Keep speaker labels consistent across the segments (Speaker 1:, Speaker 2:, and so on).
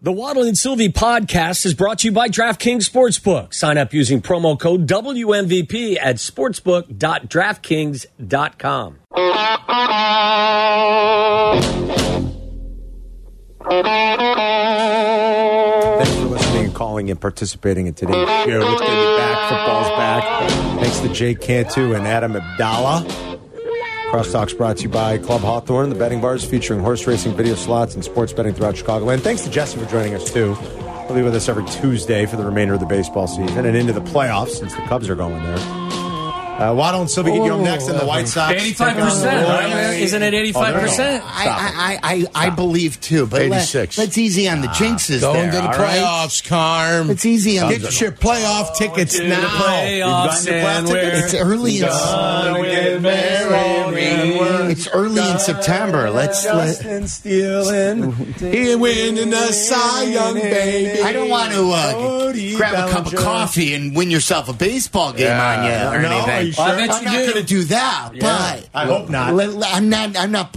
Speaker 1: The Waddle and Sylvie podcast is brought to you by DraftKings Sportsbook. Sign up using promo code WMVP at sportsbook.draftkings.com.
Speaker 2: Thanks for listening and calling and participating in today's show. It's going to be back. Football's back. Thanks to Jay Cantu and Adam Abdallah. Crosstalk's brought to you by Club Hawthorne, the betting bars featuring horse racing, video slots, and sports betting throughout Chicagoland. Thanks to Jesse for joining us, too. He'll be with us every Tuesday for the remainder of the baseball season and into the playoffs since the Cubs are going there. Uh, Waddle and Sylvie get you up next, and the White Sox.
Speaker 3: Eighty-five percent, right? Isn't it eighty-five
Speaker 2: Oh,
Speaker 3: percent?
Speaker 4: I, I, I, I believe too, but
Speaker 5: 86.
Speaker 4: Let, us easy on the jinxes there.
Speaker 5: Going to the
Speaker 4: all right?
Speaker 5: playoffs, Carm.
Speaker 4: It's easy on
Speaker 5: Get your playoff tickets
Speaker 3: to the
Speaker 5: now.
Speaker 3: playoffs
Speaker 2: You've gotten
Speaker 3: and
Speaker 2: your
Speaker 3: we're
Speaker 4: It's early. In,
Speaker 3: gonna win
Speaker 4: it's early in September. Let's. Let,
Speaker 2: stealing.
Speaker 5: Here winning the Cy Young, baby.
Speaker 4: I don't want to uh, grab a cup of coffee and win yourself a baseball game on
Speaker 5: Yeah.
Speaker 4: you or
Speaker 5: No,
Speaker 4: anything.
Speaker 5: are you sure?
Speaker 3: I bet
Speaker 4: I'm
Speaker 3: you
Speaker 4: not
Speaker 3: do.
Speaker 4: going to do that. But
Speaker 2: I hope not.
Speaker 4: Let- let- I'm not. I'm not.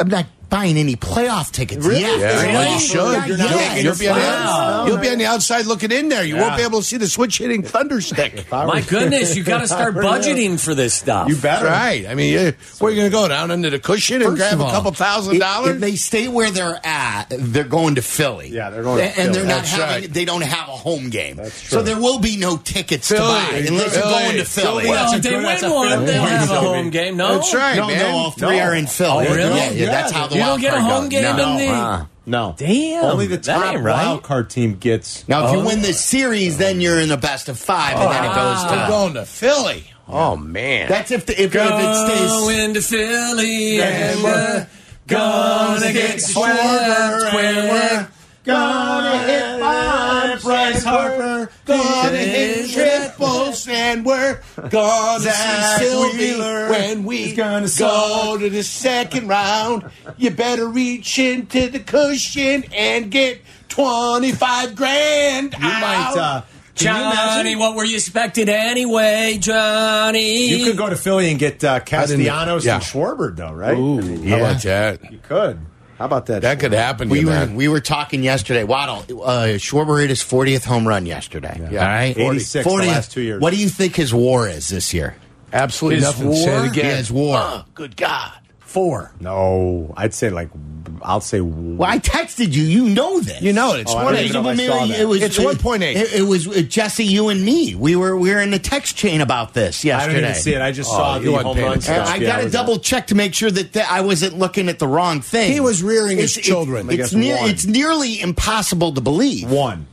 Speaker 4: I'm not buying any playoff tickets
Speaker 2: Really?
Speaker 4: yet.
Speaker 2: Yeah.
Speaker 5: Well, you should.
Speaker 4: Yeah,
Speaker 5: You're not
Speaker 4: yeah.
Speaker 5: looking. You'll, be on the
Speaker 2: Wow.
Speaker 5: outs- you'll be on the outside looking in there. You won't
Speaker 2: Yeah.
Speaker 5: be able to see the switch hitting thunderstick.
Speaker 1: My goodness, you got to start budgeting for this stuff.
Speaker 2: You better.
Speaker 5: Right. I mean, you- where are you going to go? Down under the cushion and
Speaker 4: First
Speaker 5: grab
Speaker 4: of
Speaker 5: a
Speaker 4: all,
Speaker 5: couple thousand
Speaker 4: if-
Speaker 5: dollars?
Speaker 4: If they stay where they're at, they're going to Philly.
Speaker 2: Yeah, they're going to
Speaker 4: and, and they're
Speaker 2: Philly.
Speaker 4: not
Speaker 5: That's
Speaker 4: having.
Speaker 5: right.
Speaker 4: They don't have a home game,
Speaker 2: true.
Speaker 4: so there will be no tickets to buy unless you're
Speaker 5: Philly.
Speaker 4: going to Philly.
Speaker 5: Philly,
Speaker 1: well, if they
Speaker 5: that's a-
Speaker 1: win one, they'll have a home game. No,
Speaker 5: That's right,
Speaker 4: no,
Speaker 5: man.
Speaker 4: no, all three
Speaker 2: No.
Speaker 4: are in Philly.
Speaker 1: Oh, really?
Speaker 4: Yeah, yeah, that's how the
Speaker 1: You don't
Speaker 4: wild
Speaker 1: get a
Speaker 4: card
Speaker 1: home
Speaker 4: goes.
Speaker 1: game
Speaker 4: No.
Speaker 1: in the-
Speaker 4: Uh-uh.
Speaker 2: No.
Speaker 1: Damn,
Speaker 2: Only the
Speaker 1: that
Speaker 2: top
Speaker 1: ain't right.
Speaker 2: wild card team gets.
Speaker 4: Now, if you win the series, then you're in the best of five, and then it goes
Speaker 5: We're
Speaker 4: to.
Speaker 5: going to Philly. Oh, man.
Speaker 4: That's if the, if, if it stays.
Speaker 1: going to Philly and we're gonna get swept when we're
Speaker 2: Gonna hit my Bryce Harper.
Speaker 5: gonna hit triples and we're gonna
Speaker 2: Zach
Speaker 5: see Sylvie
Speaker 2: Wheeler
Speaker 5: when we
Speaker 2: is gonna
Speaker 5: go
Speaker 2: suck.
Speaker 5: to the second round. You better reach into the cushion and get twenty five grand.
Speaker 2: You might. Uh, can you imagine?
Speaker 1: Johnny, what were you expected anyway, Johnny?
Speaker 2: You could go to Philly and get uh, Castellanos
Speaker 5: yeah.
Speaker 2: and Schwarber, though, right? I mean,
Speaker 5: How about that?
Speaker 2: You could. How about that?
Speaker 5: That could happen to
Speaker 4: We
Speaker 5: you,
Speaker 4: were,
Speaker 5: man.
Speaker 4: we were talking yesterday. Waddle, uh, Schwarber hit his 40th home run yesterday.
Speaker 5: Yeah.
Speaker 4: All right?
Speaker 2: 86 the last two years.
Speaker 4: What do you think his war is this year?
Speaker 5: Absolutely nothing. Say it
Speaker 4: Yeah,
Speaker 5: again.
Speaker 4: his war.
Speaker 5: good God.
Speaker 4: Four.
Speaker 2: No, I'd say like I'll say.
Speaker 4: Well, I texted you. You know this.
Speaker 5: You know it. It's
Speaker 2: Oh, I
Speaker 5: one
Speaker 2: don't
Speaker 5: eight.
Speaker 2: even know if I saw that.
Speaker 4: It was,
Speaker 5: It's
Speaker 4: it-
Speaker 5: 1.8.
Speaker 4: It, it was uh, Jesse, you and me. We were we were in the text chain about this
Speaker 2: I
Speaker 4: yesterday.
Speaker 2: don't even see it. I just saw
Speaker 5: you
Speaker 2: the
Speaker 5: wasn't
Speaker 2: home
Speaker 5: paying
Speaker 2: run
Speaker 5: attention.
Speaker 2: stuff.
Speaker 4: I
Speaker 2: Yeah,
Speaker 4: got
Speaker 2: I
Speaker 4: to
Speaker 2: was-
Speaker 4: double check to make sure that, that I wasn't looking at the wrong thing.
Speaker 5: He was rearing his
Speaker 4: It's-
Speaker 5: children.
Speaker 4: It's,
Speaker 2: I guess
Speaker 4: it's, near,
Speaker 2: one.
Speaker 4: it's nearly impossible to believe.
Speaker 2: one.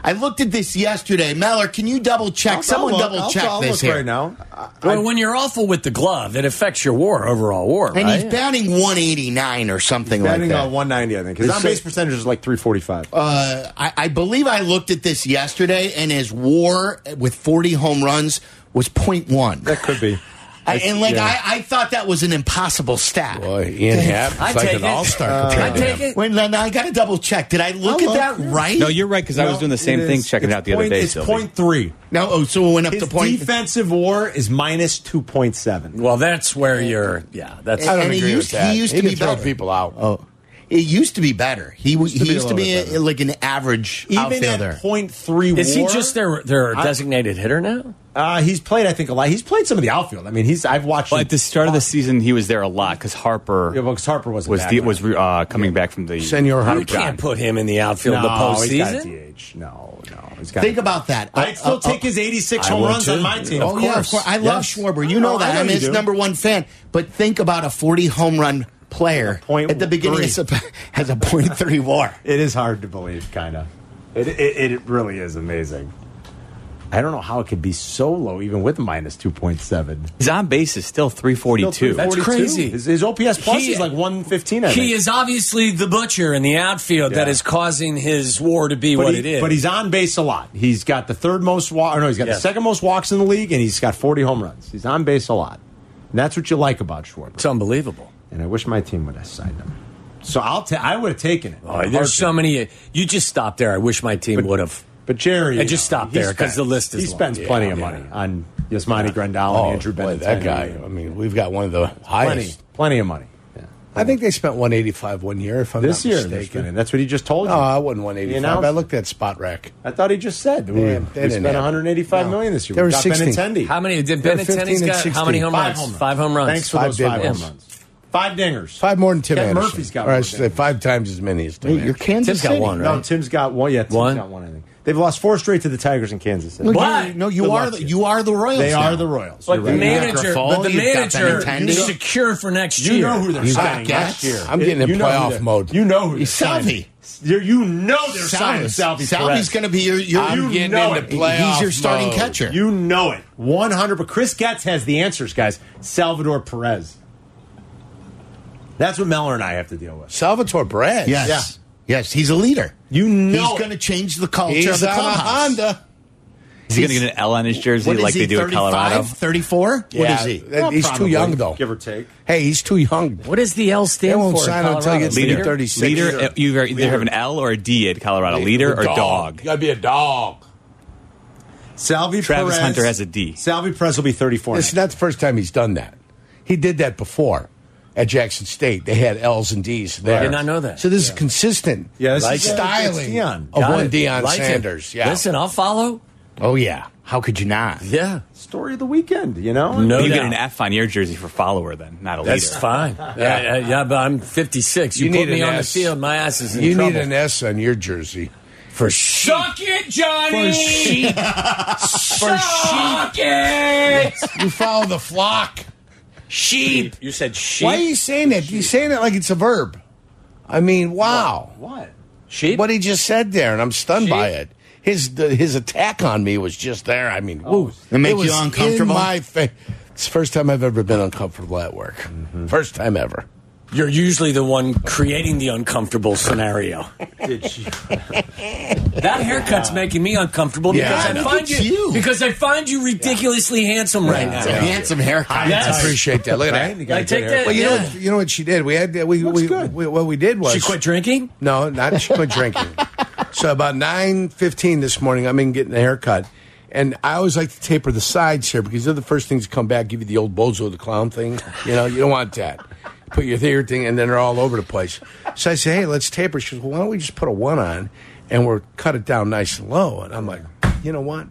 Speaker 4: I looked at this yesterday. Meller, can you double check?
Speaker 2: I'll-
Speaker 4: Someone
Speaker 2: I'll look.
Speaker 4: double
Speaker 2: I'll-
Speaker 4: check
Speaker 2: I'll
Speaker 4: this
Speaker 2: look
Speaker 4: here.
Speaker 2: right now. I-
Speaker 1: Well, when you're awful with the glove, it affects your war, overall war,
Speaker 4: And
Speaker 1: right?
Speaker 4: he's batting 189 or something
Speaker 2: Batting
Speaker 4: like that.
Speaker 2: on 190, I think. His
Speaker 4: It's
Speaker 2: on base
Speaker 4: so-
Speaker 2: percentage is like 345.
Speaker 4: Uh, I, I believe I looked at this yesterday, and his WAR with 40 home runs was 0.1.
Speaker 2: that could be.
Speaker 4: I, and like
Speaker 2: yeah.
Speaker 4: I, I thought that was an impossible stat.
Speaker 5: Boy, Ian Happ is
Speaker 1: I
Speaker 5: like
Speaker 1: take
Speaker 5: an
Speaker 1: it.
Speaker 5: all star.
Speaker 2: Uh,
Speaker 1: I take it.
Speaker 4: Wait, now, now I got to double check. Did I look
Speaker 2: I'll
Speaker 4: at
Speaker 2: look.
Speaker 4: that right?
Speaker 6: No, you're right because I was
Speaker 2: No,
Speaker 6: doing the same
Speaker 2: it
Speaker 6: thing,
Speaker 2: is.
Speaker 6: checking it
Speaker 2: It's
Speaker 6: out the
Speaker 2: point,
Speaker 6: other day.
Speaker 2: It's
Speaker 6: Sylvie.
Speaker 2: point three.
Speaker 4: No, oh, so it went up
Speaker 2: His
Speaker 4: to point.
Speaker 2: defensive WAR is minus 2.7.
Speaker 1: Well, that's where you're. Yeah, that's.
Speaker 4: I don't
Speaker 5: And
Speaker 4: agree
Speaker 5: he
Speaker 4: with
Speaker 5: used,
Speaker 4: that.
Speaker 5: he used
Speaker 4: He
Speaker 5: to
Speaker 4: can
Speaker 5: be
Speaker 4: throw
Speaker 5: better. people out.
Speaker 4: oh, it used to be better. He was
Speaker 2: to
Speaker 4: he
Speaker 2: be a
Speaker 4: used to
Speaker 2: little
Speaker 4: be
Speaker 2: bit
Speaker 4: a-
Speaker 2: better.
Speaker 4: like an average
Speaker 2: Even
Speaker 4: outfielder.
Speaker 2: at point three,
Speaker 1: is he
Speaker 2: WAR,
Speaker 1: just their their designated hitter now?
Speaker 2: Uh, he's played, I think, a lot. He's played some of the outfield. I mean, he's. I've watched.
Speaker 6: But
Speaker 2: him-
Speaker 6: at the start of the season, he was there a lot because Harper
Speaker 2: Yeah, because Harper wasn't
Speaker 6: was
Speaker 2: back
Speaker 6: the,
Speaker 2: then.
Speaker 6: was uh, coming back from the
Speaker 5: Senor
Speaker 1: You can't put him in the outfield
Speaker 2: Oh, no,
Speaker 1: the
Speaker 2: he's got
Speaker 1: postseason.
Speaker 2: DH. No, no, he's got. Oh,
Speaker 4: Think about that. Uh,
Speaker 2: I'd still take his 86
Speaker 1: I
Speaker 2: home
Speaker 1: would
Speaker 2: runs
Speaker 1: too.
Speaker 2: on my team.
Speaker 1: Of
Speaker 4: Oh yeah, of
Speaker 1: course.
Speaker 4: course. I love
Speaker 2: Yes.
Speaker 4: Schwarber. You know
Speaker 2: Oh, I
Speaker 4: that.
Speaker 2: know
Speaker 4: I'm
Speaker 2: you
Speaker 4: his
Speaker 2: do.
Speaker 4: number one fan. But think about a 40 home run player
Speaker 2: Point
Speaker 4: at the beginning
Speaker 2: three.
Speaker 4: of Sep- has a point three WAR.
Speaker 2: It is hard to believe, kind of. It, it it really is amazing. I don't know how it could be so low, even with minus 2.7.
Speaker 6: His on base is still 342.
Speaker 1: That's
Speaker 2: 42.
Speaker 1: crazy.
Speaker 2: His, his OPS plus
Speaker 1: He-
Speaker 2: is like 115. I
Speaker 1: He
Speaker 2: think.
Speaker 1: is obviously the butcher in the outfield that
Speaker 2: Yeah.
Speaker 1: is causing his war to be
Speaker 2: But,
Speaker 1: what
Speaker 2: he-
Speaker 1: it is.
Speaker 2: but he's on base a lot. He's got the third most walk. Or no, he's got
Speaker 1: Yeah.
Speaker 2: the second most walks in the league, and he's got 40 home runs. He's on base a lot. And that's what you like about Schwarber.
Speaker 1: it's unbelievable.
Speaker 2: and I wish my team would have signed him. So I'll ta- I would have taken it.
Speaker 1: Oh, there's so many. You just stopped there. I wish my team would have.
Speaker 2: But Jerry,
Speaker 1: I
Speaker 2: you
Speaker 1: just stopped
Speaker 2: he
Speaker 1: there 'cause
Speaker 2: spends-
Speaker 1: the list is
Speaker 2: He
Speaker 1: long.
Speaker 2: spends
Speaker 1: Yeah,
Speaker 2: plenty of
Speaker 1: yeah. Oh,
Speaker 2: money on Yasmani Grandal and Andrew
Speaker 5: boy,
Speaker 2: Benintendi.
Speaker 5: that guy. I mean, we've got one of the
Speaker 1: uh,
Speaker 2: plenty,
Speaker 5: highest.
Speaker 2: plenty of money. Yeah.
Speaker 5: I think they spent 185 one year, if I'm
Speaker 2: this
Speaker 5: not
Speaker 2: year. they're
Speaker 5: mistaken.
Speaker 2: spending. That's what he just told you.
Speaker 5: No, I wasn't
Speaker 2: He
Speaker 5: 185.
Speaker 2: announced-
Speaker 5: I looked at spot rack.
Speaker 2: I thought he just said that we,
Speaker 5: Yeah,
Speaker 2: we
Speaker 5: they didn't
Speaker 2: spent
Speaker 5: have-
Speaker 2: 185
Speaker 5: no.
Speaker 2: million this year.
Speaker 5: There
Speaker 2: we
Speaker 5: were
Speaker 2: got
Speaker 5: 16.
Speaker 2: Benintendi.
Speaker 1: How many did
Speaker 5: They're
Speaker 1: Ben
Speaker 5: 15
Speaker 1: Benintendi's
Speaker 5: and
Speaker 1: got? How many
Speaker 5: 16.
Speaker 1: home
Speaker 2: Five
Speaker 1: runs?
Speaker 2: home runs.
Speaker 1: Five home runs.
Speaker 2: Thanks for
Speaker 5: Five
Speaker 2: those five
Speaker 5: big
Speaker 2: home
Speaker 5: ones.
Speaker 2: runs. Five dingers.
Speaker 5: Five more than Tim
Speaker 2: Ken
Speaker 5: Anderson.
Speaker 2: Murphy's got
Speaker 5: Or I
Speaker 2: one.
Speaker 5: should say five times as many as Tim
Speaker 4: Hey, you're
Speaker 5: Anderson.
Speaker 4: Kansas
Speaker 1: Tim's got
Speaker 4: City.
Speaker 1: one,
Speaker 2: No,
Speaker 1: right?
Speaker 2: Tim's got one. Yeah, Tim's
Speaker 1: One?
Speaker 2: got one. I think they've lost four straight to the Tigers in Kansas City.
Speaker 4: No,
Speaker 2: But
Speaker 4: you, no, you
Speaker 2: Good
Speaker 4: are
Speaker 2: luck
Speaker 4: the,
Speaker 2: to you.
Speaker 4: you are the Royals.
Speaker 2: They
Speaker 4: now.
Speaker 2: are the Royals.
Speaker 1: But
Speaker 2: You're
Speaker 1: the
Speaker 2: right.
Speaker 1: manager,
Speaker 4: Grafal,
Speaker 1: but the
Speaker 4: you've got
Speaker 1: manager
Speaker 4: Benintendi.
Speaker 1: is secure for next year.
Speaker 2: You know who they're
Speaker 5: You've got
Speaker 2: signing
Speaker 4: Gats.
Speaker 2: next year.
Speaker 5: I'm getting in
Speaker 2: You know who
Speaker 5: playoff
Speaker 2: they're-
Speaker 5: mode.
Speaker 2: You know who they're
Speaker 4: He's
Speaker 2: signing.
Speaker 4: Salvi.
Speaker 2: You're, you know they're signing
Speaker 4: Salvi's,
Speaker 2: Salvi.
Speaker 4: Salvi's
Speaker 2: Perez.
Speaker 4: going to be your. your
Speaker 2: I'm
Speaker 4: you
Speaker 2: getting
Speaker 4: know
Speaker 2: into
Speaker 4: it.
Speaker 2: playoff
Speaker 4: He's your starting
Speaker 2: mode.
Speaker 4: catcher.
Speaker 2: You know it. 100. But Chris Getz has the answers, guys. Salvador Perez. That's what Mellor and I have to deal with.
Speaker 5: Salvatore Perez.
Speaker 4: yes, yes, he's a leader.
Speaker 2: You know
Speaker 4: he's
Speaker 2: it.
Speaker 4: going to change the culture of
Speaker 5: He's
Speaker 4: the
Speaker 5: on a
Speaker 4: clubhouse.
Speaker 5: Honda.
Speaker 6: Is he going to get an L on his jersey
Speaker 4: What is
Speaker 6: like
Speaker 4: he,
Speaker 6: they do in
Speaker 4: 35,
Speaker 6: Colorado?
Speaker 4: 34? What is he?
Speaker 5: That- he's too
Speaker 2: Uh, Probably,
Speaker 5: young, though.
Speaker 2: Give or take.
Speaker 5: Hey, he's too young.
Speaker 1: What does the L stand
Speaker 5: They won't
Speaker 1: for? in
Speaker 5: sign until
Speaker 1: Colorado?
Speaker 5: you get to
Speaker 6: Leader,
Speaker 5: 36.
Speaker 6: leader. uh, You either have an L or a D at Colorado. Leader or dog.
Speaker 5: You gotta be a dog.
Speaker 2: Salvi
Speaker 6: Travis
Speaker 2: Perez-
Speaker 6: Hunter has a D.
Speaker 2: Salvi Perez will be 34.
Speaker 5: It's not the first time he's done that. He did that before at Jackson State. They had L's and D's there.
Speaker 1: I did not know that.
Speaker 5: So this is consistent.
Speaker 2: Yeah, this
Speaker 5: like
Speaker 2: is, uh,
Speaker 5: styling
Speaker 2: it's Deion.
Speaker 5: of
Speaker 1: Got
Speaker 5: one
Speaker 1: it.
Speaker 5: Deion
Speaker 1: Like it.
Speaker 5: Sanders. Yeah.
Speaker 1: Listen, I'll follow.
Speaker 4: Oh yeah. How could you not?
Speaker 1: Yeah.
Speaker 2: Story of the weekend, you know?
Speaker 1: No
Speaker 6: you
Speaker 1: doubt.
Speaker 6: get an F on your jersey for follower, then not a
Speaker 1: That's
Speaker 6: leader.
Speaker 1: fine. Yeah, yeah, yeah, but I'm 56. You,
Speaker 5: You
Speaker 1: put
Speaker 5: need
Speaker 1: me
Speaker 5: an
Speaker 1: on
Speaker 5: S.
Speaker 1: the field, my ass is in
Speaker 5: you
Speaker 1: trouble.
Speaker 5: need an S on your jersey.
Speaker 1: for suck it, Johnny. suck it,
Speaker 5: You follow the flock.
Speaker 1: sheep. You said sheep.
Speaker 5: Why are you saying that? You're saying it like it's a verb. I mean, wow.
Speaker 2: What?
Speaker 1: Sheep.
Speaker 5: What he just said there, and I'm stunned
Speaker 1: Sheep?
Speaker 5: by it. His the, his attack on me was just there. I mean, woo.
Speaker 4: It make you
Speaker 5: was
Speaker 4: uncomfortable?
Speaker 5: In my fa- it's the first time I've ever been uncomfortable at work. First time ever.
Speaker 1: You're usually the one creating the uncomfortable scenario.
Speaker 2: Did she?
Speaker 1: That haircut's making me uncomfortable
Speaker 5: Yeah,
Speaker 1: because
Speaker 5: I
Speaker 1: I
Speaker 5: know.
Speaker 1: find
Speaker 4: Look at you.
Speaker 1: because I find you ridiculously handsome right
Speaker 4: It's
Speaker 1: now.
Speaker 4: a handsome haircut.
Speaker 1: Yes.
Speaker 5: I appreciate that. Look at
Speaker 2: Right? You
Speaker 5: that.
Speaker 2: got a
Speaker 1: I
Speaker 2: good
Speaker 1: take
Speaker 2: haircut.
Speaker 1: that.
Speaker 5: Well, you know,
Speaker 1: yeah.
Speaker 5: what, you know what she did. We had we,
Speaker 2: Looks
Speaker 5: we,
Speaker 2: good.
Speaker 5: we what we did was
Speaker 1: She quit drinking.
Speaker 5: No, not she quit drinking. So about nine fifteen this morning, I'm in getting a haircut, and I always like to taper the sides here because they're the first things to come back. Give you the old bozo the clown thing. You know, you don't want that. Put your hair thing, and then they're all over the place. So I say, hey, let's taper. She goes, well, why don't we just put a one on, and we'll cut it down nice and low. And I'm like, you know what?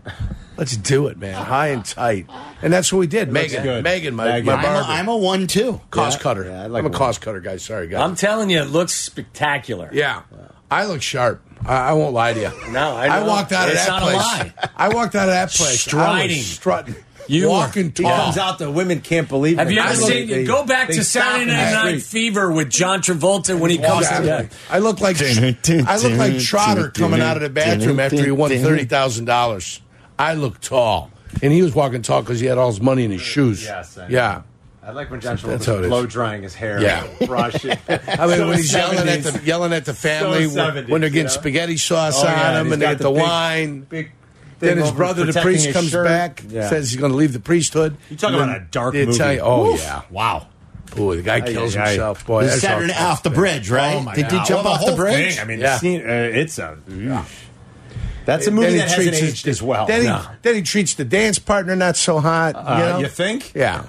Speaker 5: Let's do it, man, high and tight. And that's what we did. Megan,
Speaker 2: good.
Speaker 5: Megan, my,
Speaker 2: Megan.
Speaker 5: my
Speaker 4: I'm a,
Speaker 5: barber,
Speaker 4: I'm a one too.
Speaker 5: cost
Speaker 2: Yeah,
Speaker 5: cutter.
Speaker 2: yeah, I like
Speaker 5: I'm a
Speaker 2: one.
Speaker 5: cost cutter guy. Sorry, guys.
Speaker 1: I'm telling you, it looks spectacular.
Speaker 5: Yeah. I look sharp. I, I won't lie to you.
Speaker 1: No, I know.
Speaker 5: walked out
Speaker 1: It's
Speaker 5: of that
Speaker 1: not a
Speaker 5: place.
Speaker 1: lie.
Speaker 5: I walked out of that place. I
Speaker 1: Striding.
Speaker 5: was strutting.
Speaker 1: You
Speaker 5: walking
Speaker 1: were-
Speaker 2: He
Speaker 5: tall.
Speaker 2: comes out, the women can't believe
Speaker 1: Have
Speaker 2: it.
Speaker 1: you ever
Speaker 2: They look-
Speaker 1: seen?
Speaker 2: they-
Speaker 1: go back
Speaker 2: they
Speaker 1: to
Speaker 2: stop
Speaker 1: Saturday
Speaker 2: in the
Speaker 1: Night Night
Speaker 2: street.
Speaker 1: Fever with John Travolta when he comes.
Speaker 5: Exactly.
Speaker 1: Yeah.
Speaker 5: I look like I look like Trotter coming out of the bathroom after he won thirty thousand dollars. I look tall, and he was walking tall because he had all his money in his shoes.
Speaker 2: Yes, I know.
Speaker 5: yeah.
Speaker 2: I like when Joshua was
Speaker 5: That's how it is.
Speaker 2: blow drying his hair.
Speaker 5: Yeah.
Speaker 2: and brush it.
Speaker 5: I mean, when he's yelling at
Speaker 2: 70s.
Speaker 5: the yelling at the family
Speaker 2: So 70s,
Speaker 5: when they're getting
Speaker 2: yeah.
Speaker 5: spaghetti sauce
Speaker 2: Oh,
Speaker 5: on
Speaker 2: yeah,
Speaker 5: him
Speaker 2: he's
Speaker 5: and they
Speaker 2: got
Speaker 5: get the,
Speaker 2: big-
Speaker 5: wine.
Speaker 2: big thing
Speaker 5: Then his
Speaker 2: over
Speaker 5: brother, the
Speaker 2: protecting
Speaker 5: priest,
Speaker 2: his
Speaker 5: comes
Speaker 2: shirt.
Speaker 5: back,
Speaker 2: Yeah.
Speaker 5: says he's going to leave the priesthood.
Speaker 2: You talk
Speaker 5: And
Speaker 2: about
Speaker 5: then
Speaker 2: a dark
Speaker 5: the
Speaker 2: movie.
Speaker 5: Italian- Oh
Speaker 2: Oof.
Speaker 5: yeah, wow. Boy, the guy kills
Speaker 2: ay, ay.
Speaker 5: himself. Boy,
Speaker 4: This
Speaker 5: that's
Speaker 4: Saturday
Speaker 5: awful.
Speaker 4: off the bridge, right?
Speaker 2: Oh, my
Speaker 4: Did you
Speaker 2: God.
Speaker 4: jump
Speaker 2: Well,
Speaker 4: off
Speaker 2: the
Speaker 4: the
Speaker 2: whole
Speaker 4: bridge?
Speaker 2: thing, I mean,
Speaker 5: Yeah.
Speaker 2: the scene, uh, it's a. That's a movie
Speaker 5: Then he
Speaker 2: that hasn't
Speaker 5: treats his-
Speaker 2: aged as well.
Speaker 5: Then he,
Speaker 2: No.
Speaker 5: then he treats the dance partner not so hot. you,
Speaker 2: Uh,
Speaker 5: know?
Speaker 2: you think?
Speaker 5: Yeah,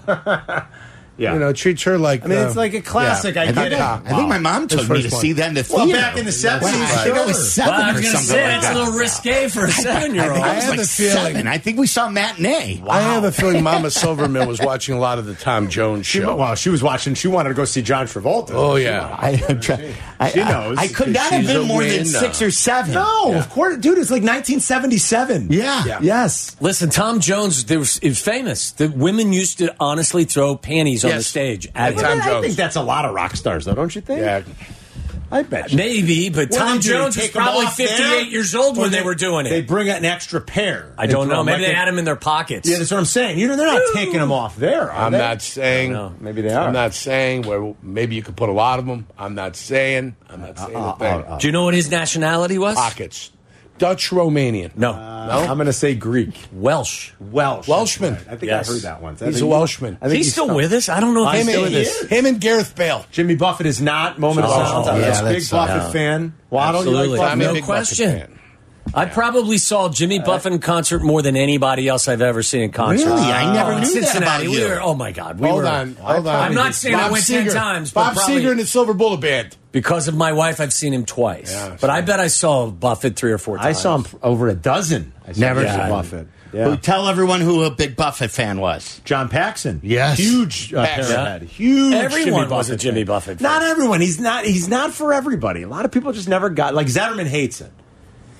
Speaker 2: Yeah.
Speaker 5: you know, treats her like.
Speaker 2: I mean,
Speaker 5: uh,
Speaker 2: it's like a classic. I
Speaker 5: yeah.
Speaker 2: get it.
Speaker 5: Wow.
Speaker 4: I think my mom
Speaker 5: This
Speaker 4: took me
Speaker 5: first
Speaker 4: to
Speaker 5: one.
Speaker 4: see that in the
Speaker 2: Well,
Speaker 4: theater.
Speaker 2: back in the 70s,
Speaker 4: I think I
Speaker 2: sure.
Speaker 4: was seven
Speaker 1: Well, I
Speaker 4: or
Speaker 1: was going to
Speaker 4: something
Speaker 1: say
Speaker 4: like
Speaker 1: that's
Speaker 4: that.
Speaker 1: a little risque for a
Speaker 4: I
Speaker 1: seven-year-old.
Speaker 4: think I
Speaker 5: I
Speaker 4: was
Speaker 5: have
Speaker 4: like
Speaker 5: a feeling-
Speaker 4: seven. I think we saw matinee.
Speaker 5: I have a feeling Mama Silverman was watching a lot of the Tom Jones
Speaker 2: She,
Speaker 5: show.
Speaker 2: well, she was watching. She wanted to go see John Travolta.
Speaker 5: Oh yeah,
Speaker 4: I, I,
Speaker 2: She knows.
Speaker 4: I, I could not have
Speaker 5: She's a
Speaker 4: been more than
Speaker 5: winner.
Speaker 4: six or seven.
Speaker 2: No, Oh, of course, dude. It's like 1977.
Speaker 4: Yeah.
Speaker 2: Yes.
Speaker 1: Listen, Tom Jones, there was, it was famous. The women used to honestly throw panties on the
Speaker 5: Yes.
Speaker 1: stage
Speaker 5: At
Speaker 1: at
Speaker 5: Tom
Speaker 1: him.
Speaker 2: I
Speaker 5: Jones.
Speaker 2: think that's a lot of rock stars, though, don't you think?
Speaker 5: yeah.
Speaker 2: I bet. You.
Speaker 1: Maybe, but
Speaker 2: What
Speaker 1: Tom
Speaker 2: did they do?
Speaker 1: Jones was
Speaker 2: Take 'em
Speaker 1: probably
Speaker 2: off there?
Speaker 1: 58 years old
Speaker 2: Or
Speaker 1: when they were doing
Speaker 2: They
Speaker 1: it.
Speaker 2: bring an extra pair.
Speaker 1: I don't
Speaker 2: and throw
Speaker 1: know.
Speaker 2: 'em
Speaker 1: Maybe
Speaker 2: like
Speaker 1: they had them in their pockets.
Speaker 2: Yeah, that's what I'm saying. You know, they're not taking them off there. Are
Speaker 5: I'm
Speaker 2: they?
Speaker 5: not saying.
Speaker 1: know.
Speaker 2: Maybe they are.
Speaker 5: I'm not saying where maybe you could put a lot of them. I'm not saying. I'm
Speaker 2: Uh,
Speaker 5: not saying a thing.
Speaker 1: Do you know what his nationality was?
Speaker 5: Pockets. Dutch Romanian.
Speaker 1: No,
Speaker 2: I'm going to say Greek,
Speaker 1: Welsh.
Speaker 2: Welsh,
Speaker 5: Welshman.
Speaker 2: That's right. I think
Speaker 1: Yes.
Speaker 2: I heard that once. I
Speaker 5: He's
Speaker 2: think
Speaker 5: a Welshman.
Speaker 2: I think
Speaker 1: he's still with us. I don't know if
Speaker 2: I'm
Speaker 1: he's
Speaker 5: him,
Speaker 2: still
Speaker 1: still
Speaker 2: with
Speaker 5: and,
Speaker 2: us.
Speaker 5: him and Gareth Bale.
Speaker 2: Jimmy Buffett is not. Moment of
Speaker 1: Oh, uh,
Speaker 2: silence. I'm
Speaker 4: yeah,
Speaker 2: a big
Speaker 4: that's-
Speaker 2: Buffett
Speaker 4: yeah.
Speaker 2: fan. Waddle, you
Speaker 1: Absolutely.
Speaker 2: like
Speaker 1: I'm
Speaker 2: Buffett?
Speaker 1: no
Speaker 5: Buffett
Speaker 1: question.
Speaker 5: fan.
Speaker 1: I probably saw Jimmy Buffett in concert more than anybody else I've ever seen in concert. Oh,
Speaker 4: Really? I never
Speaker 1: in
Speaker 4: knew that
Speaker 1: Cincinnati,
Speaker 4: about
Speaker 1: we
Speaker 4: you.
Speaker 1: were- oh my God, we
Speaker 5: hold
Speaker 1: were.
Speaker 5: on, hold on.
Speaker 1: I'm not saying I
Speaker 5: Bob
Speaker 1: went ten
Speaker 5: Seger.
Speaker 1: times, but
Speaker 5: Bob
Speaker 1: probably
Speaker 5: Seger and the Silver Bullet Band.
Speaker 1: because of my wife, I've seen him twice.
Speaker 5: Yeah,
Speaker 1: but I bet I saw Buffett three or four
Speaker 2: I
Speaker 1: times.
Speaker 2: saw him over a dozen. I saw
Speaker 4: Never
Speaker 2: Jimmy
Speaker 1: seen him.
Speaker 2: Buffett.
Speaker 4: Who-
Speaker 2: Yeah.
Speaker 4: Tell everyone who a big Buffett fan was.
Speaker 2: John Paxson.
Speaker 4: Yes.
Speaker 2: Huge uh,
Speaker 5: Paxson.
Speaker 2: Parrothead. Huge.
Speaker 1: Everyone
Speaker 2: Jimmy
Speaker 1: was a
Speaker 2: Buffett
Speaker 1: Jimmy
Speaker 2: fan.
Speaker 1: Buffett fan.
Speaker 2: Not everyone. He's not. He's not for everybody. A lot of people just never got. Like Zetterman hates it.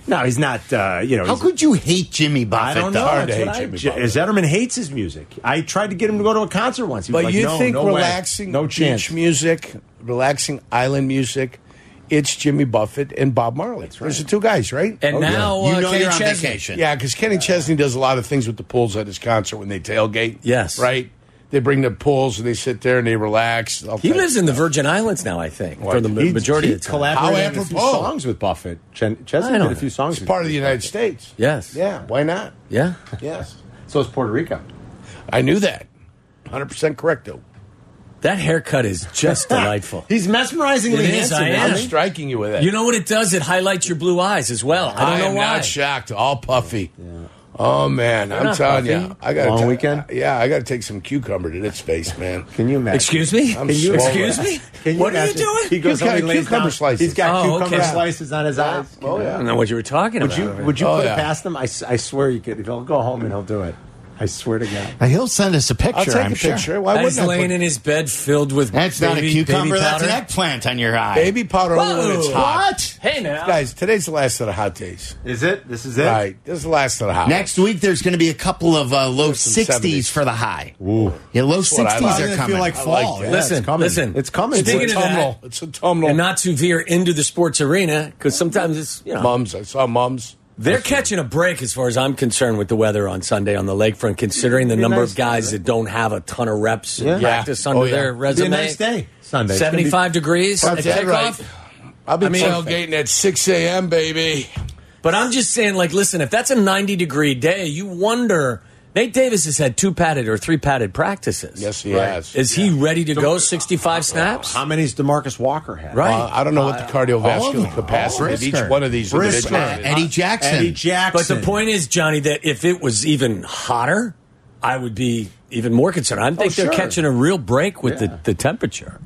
Speaker 2: No, he's not. Uh, you know.
Speaker 4: How
Speaker 2: he's-
Speaker 4: could you hate Jimmy
Speaker 2: I
Speaker 4: Buffett?
Speaker 2: don't know.
Speaker 4: though?
Speaker 5: hard
Speaker 2: That's
Speaker 5: to
Speaker 2: what
Speaker 5: hate
Speaker 2: I-
Speaker 5: Jimmy
Speaker 2: J-
Speaker 5: Buffett.
Speaker 2: Zetterman hates his music. I tried to get him to go to a concert once. He was
Speaker 5: But
Speaker 2: like,
Speaker 5: you
Speaker 2: no,
Speaker 5: think
Speaker 2: no way.
Speaker 5: relaxing
Speaker 2: No chance.
Speaker 5: beach music, relaxing island music, it's Jimmy Buffett and Bob Marley. Those are two guys, right? Oh,
Speaker 1: and now
Speaker 4: You
Speaker 1: uh,
Speaker 4: know
Speaker 1: Kenny
Speaker 4: you're on
Speaker 1: Chesney.
Speaker 4: vacation.
Speaker 5: yeah, because Kenny Chesney does a lot of things with the pools at his concert when they tailgate.
Speaker 1: Yes.
Speaker 5: right. They bring the pools and they sit there and they relax. All
Speaker 1: He
Speaker 5: kinds
Speaker 1: lives
Speaker 5: of
Speaker 1: in the
Speaker 5: stuff.
Speaker 1: Virgin Islands now, I think, for the ma-
Speaker 2: He-
Speaker 1: majority
Speaker 2: he
Speaker 1: of the time.
Speaker 2: collaborated
Speaker 5: How
Speaker 2: on a few
Speaker 4: oh.
Speaker 5: apropos.
Speaker 2: songs with Buffett. Chen- Chesney
Speaker 1: I
Speaker 2: did
Speaker 1: know
Speaker 2: a
Speaker 1: that.
Speaker 2: few songs.
Speaker 5: It's
Speaker 2: with
Speaker 5: part of
Speaker 2: him.
Speaker 5: the United States.
Speaker 1: Yes.
Speaker 5: Yeah. Why not?
Speaker 1: Yeah.
Speaker 5: Yes.
Speaker 2: So is Puerto Rico.
Speaker 5: I knew that. 100% correct, though.
Speaker 1: That haircut is just delightful.
Speaker 2: He's mesmerizingly
Speaker 1: It is,
Speaker 2: handsome.
Speaker 1: I am.
Speaker 5: I'm
Speaker 2: isn't he?
Speaker 5: striking you with that.
Speaker 1: You know what it does? It highlights your blue eyes as well. I don't
Speaker 5: am
Speaker 1: know why.
Speaker 5: not shocked. All puffy. Oh man, I'm
Speaker 1: not
Speaker 5: telling
Speaker 1: puffy.
Speaker 5: you, I got
Speaker 2: Long weekend?
Speaker 5: Yeah, I got to take some cucumber to this space, man.
Speaker 2: Can you imagine?
Speaker 1: Excuse me?
Speaker 5: I'm
Speaker 1: Can you-
Speaker 5: swollen.
Speaker 1: Excuse me?
Speaker 2: Can
Speaker 1: what are you
Speaker 2: imagine?
Speaker 1: doing?
Speaker 2: He goes
Speaker 5: He's got
Speaker 2: home, he lays
Speaker 5: cucumber
Speaker 2: down.
Speaker 5: slices.
Speaker 2: He's got
Speaker 1: Oh,
Speaker 2: cucumber
Speaker 1: okay.
Speaker 2: slices on his eyes.
Speaker 5: Oh yeah.
Speaker 1: I don't know what you were talking
Speaker 2: Would
Speaker 1: about.
Speaker 2: you would you
Speaker 5: Oh,
Speaker 2: put
Speaker 5: yeah.
Speaker 2: it past him? I, s- I swear you could. He'll go home and he'll do it. I swear to God.
Speaker 4: Now, he'll send us a picture.
Speaker 5: I'll take
Speaker 4: I'm
Speaker 5: a picture.
Speaker 4: Sure.
Speaker 5: Why
Speaker 1: As
Speaker 5: wouldn't I?
Speaker 1: laying
Speaker 5: put-
Speaker 1: in his bed filled with
Speaker 4: That's not a
Speaker 1: baby-
Speaker 4: cucumber.
Speaker 1: baby
Speaker 4: That's an
Speaker 1: powder?
Speaker 4: eggplant on your eye. Uh,
Speaker 5: baby powder only when it's
Speaker 1: Whoa.
Speaker 5: hot.
Speaker 1: Hey now.
Speaker 5: Guys, today's the last of the hot days.
Speaker 2: Is it? This is it.
Speaker 5: Right, this is the last of the hot.
Speaker 4: Next week, there's going to be a couple of uh, low
Speaker 5: Some
Speaker 4: 60s
Speaker 5: 70s.
Speaker 4: for the high. Yeah, low
Speaker 5: what I
Speaker 4: 60s
Speaker 5: like.
Speaker 4: are
Speaker 5: I
Speaker 4: coming.
Speaker 5: feel like
Speaker 2: I
Speaker 5: fall.
Speaker 2: like that.
Speaker 1: Listen,
Speaker 2: it's coming.
Speaker 1: listen.
Speaker 2: It's coming.
Speaker 1: Speaking
Speaker 5: it's
Speaker 1: of that-
Speaker 5: autumnal. It's autumnal.
Speaker 1: and not to veer into the sports arena because sometimes it's you know
Speaker 5: mums. I saw mums.
Speaker 1: they're catching a break as far as I'm concerned with the weather on Sunday on the lakefront, considering the
Speaker 2: Be a
Speaker 1: number
Speaker 2: nice
Speaker 1: of guys that don't have a ton of reps and
Speaker 2: Yeah.
Speaker 1: practice
Speaker 5: Yeah.
Speaker 1: under
Speaker 5: Oh, yeah.
Speaker 1: their
Speaker 5: Be a
Speaker 2: It'll
Speaker 1: resume.
Speaker 2: Be a nice day. Sunday. It's gonna be-
Speaker 1: 75 degrees at
Speaker 5: That's that
Speaker 1: kickoff.
Speaker 5: right. I'll be
Speaker 1: I mean-
Speaker 5: tailgating at 6 a.m., baby.
Speaker 1: But I'm just saying, like, listen, if that's a 90 degree day, you wonder. Nate Davis has had two padded or three padded practices.
Speaker 5: Yes, he has.
Speaker 1: Is he ready to go 65 snaps?
Speaker 2: uh, How many's Demarcus Walker had?
Speaker 1: Right.
Speaker 5: Uh, I don't know what the
Speaker 4: all of
Speaker 5: cardiovascular
Speaker 4: them.
Speaker 5: capacity of
Speaker 4: Brisker.
Speaker 5: each one of these
Speaker 2: oh, Brisker.
Speaker 5: individuals. is.
Speaker 4: Eddie Jackson.
Speaker 2: Eddie Jackson.
Speaker 1: But the point is, Johnny, that if it was even hotter, I would be even more concerned. I think
Speaker 2: Oh, sure.
Speaker 1: they're catching a real break with
Speaker 2: Yeah.
Speaker 1: the, the temperature.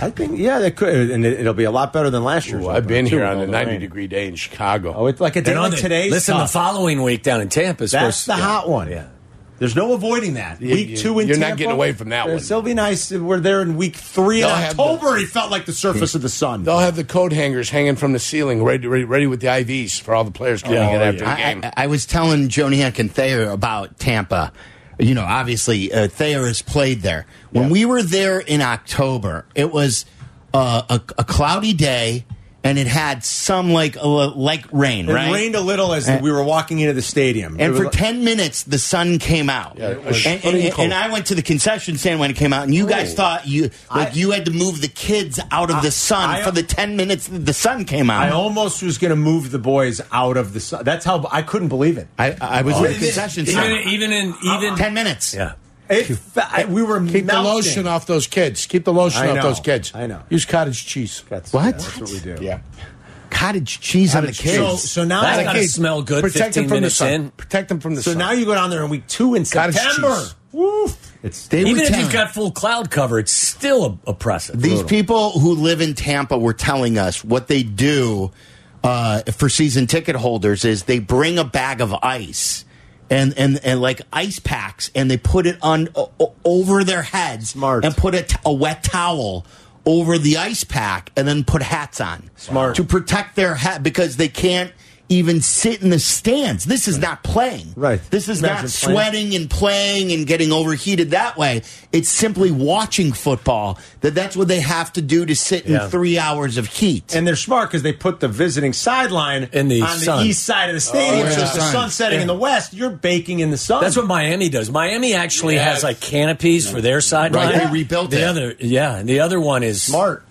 Speaker 2: I think, yeah, that could, and it, it'll be a lot better than last year's.
Speaker 5: Ooh, I've
Speaker 2: opener,
Speaker 5: been
Speaker 2: too,
Speaker 5: here
Speaker 2: with
Speaker 5: on
Speaker 2: all
Speaker 5: a
Speaker 2: the
Speaker 5: 90
Speaker 2: rain.
Speaker 5: degree day in Chicago.
Speaker 2: Oh, it's like a day
Speaker 1: And on
Speaker 2: like
Speaker 1: the-
Speaker 2: today's.
Speaker 1: listen,
Speaker 2: tough.
Speaker 1: the following week down in Tampa is
Speaker 2: That's
Speaker 1: supposed-
Speaker 2: the
Speaker 1: yeah.
Speaker 2: hot one.
Speaker 1: Yeah.
Speaker 2: There's no avoiding that.
Speaker 5: You-
Speaker 2: week
Speaker 5: you-
Speaker 2: two in
Speaker 5: you're not
Speaker 2: Tampa,
Speaker 5: getting away from that
Speaker 2: uh,
Speaker 5: one.
Speaker 2: Sylvie and I s- were there in week three in
Speaker 5: They'll have the-
Speaker 2: October. He felt like the surface of the sun.
Speaker 5: They'll have the coat hangers hanging from the ceiling, ready, ready, ready with the IVs for all the players coming in after the
Speaker 4: I,
Speaker 5: game.
Speaker 4: I, I was telling Joni Heck and Thayer about Tampa. You know, obviously uh, Thayer has played there. When we were there in October, it was uh, a, a cloudy day, and it had some like a, like rain,
Speaker 2: It
Speaker 4: right?
Speaker 2: rained a little as
Speaker 4: And-
Speaker 2: we were walking into the stadium. It
Speaker 4: and
Speaker 2: was
Speaker 4: for
Speaker 2: like-
Speaker 4: 10 minutes the sun came out
Speaker 5: Yeah, it
Speaker 4: and,
Speaker 5: was
Speaker 4: and-
Speaker 5: shooting cold.
Speaker 4: and i went to the concession stand when it came out and you guys thought you like
Speaker 2: Oh. I-
Speaker 4: you had to move the kids out of the sun
Speaker 2: I-
Speaker 4: for the 10 minutes that the sun came
Speaker 2: I
Speaker 4: out
Speaker 2: almost was going to move the boys out of the sun. That's how I couldn't believe it.
Speaker 4: i, I was
Speaker 5: Oh,
Speaker 4: in the concession
Speaker 1: Even,
Speaker 4: stand
Speaker 1: even in even
Speaker 4: 10 minutes
Speaker 1: yeah.
Speaker 2: It fe- I- we were
Speaker 5: Keep the
Speaker 2: melting.
Speaker 5: lotion off those kids. Keep the lotion
Speaker 2: I
Speaker 5: off
Speaker 2: know.
Speaker 5: those kids.
Speaker 2: I know.
Speaker 5: Use cottage cheese.
Speaker 2: That's,
Speaker 4: What?
Speaker 2: yeah, that's what we do.
Speaker 5: Yeah.
Speaker 4: cottage cheese on the kids
Speaker 2: So, so now,
Speaker 1: That's
Speaker 5: Cottage
Speaker 1: It's gotta
Speaker 5: cheese.
Speaker 1: smell good
Speaker 5: Protect
Speaker 1: 15
Speaker 5: them from
Speaker 1: minutes
Speaker 5: the sun.
Speaker 1: in.
Speaker 5: Protect them from the
Speaker 2: so
Speaker 5: sun.
Speaker 2: now you go down there in week two in
Speaker 5: Cottage
Speaker 2: September.
Speaker 5: cheese.
Speaker 2: Woof. It's
Speaker 4: They
Speaker 1: Even
Speaker 4: were
Speaker 1: if
Speaker 4: telling-
Speaker 1: you've got full cloud cover, it's still op- oppressive.
Speaker 4: These people who live in Tampa were telling us what they do uh, for season ticket holders is they bring a bag of ice and, and, and like ice packs and they put it on o- o- over their heads
Speaker 2: Smart.
Speaker 4: and put a, t- a wet towel over the ice pack and then put hats on
Speaker 2: Smart.
Speaker 4: to protect their hat because they can't even sit in the stands. This is not playing.
Speaker 2: Right.
Speaker 4: This is
Speaker 2: Imagine
Speaker 4: not
Speaker 2: playing.
Speaker 4: sweating sweating and playing and getting overheated that way. It's simply watching football that that's what they have to do to sit
Speaker 1: Yeah.
Speaker 4: in three hours of heat.
Speaker 2: and they're smart because they put the visiting sideline
Speaker 1: In the
Speaker 2: on
Speaker 1: sun.
Speaker 2: the Oh, east side of the stadium.
Speaker 5: yeah.
Speaker 2: So it's the
Speaker 4: Sun.
Speaker 2: sun setting in the west. You're baking in the sun.
Speaker 1: That's what Miami does. Miami actually has like canopies for their sideline.
Speaker 4: Right, they rebuilt
Speaker 1: the
Speaker 4: it.
Speaker 1: other. Yeah, and the other one is
Speaker 2: smart.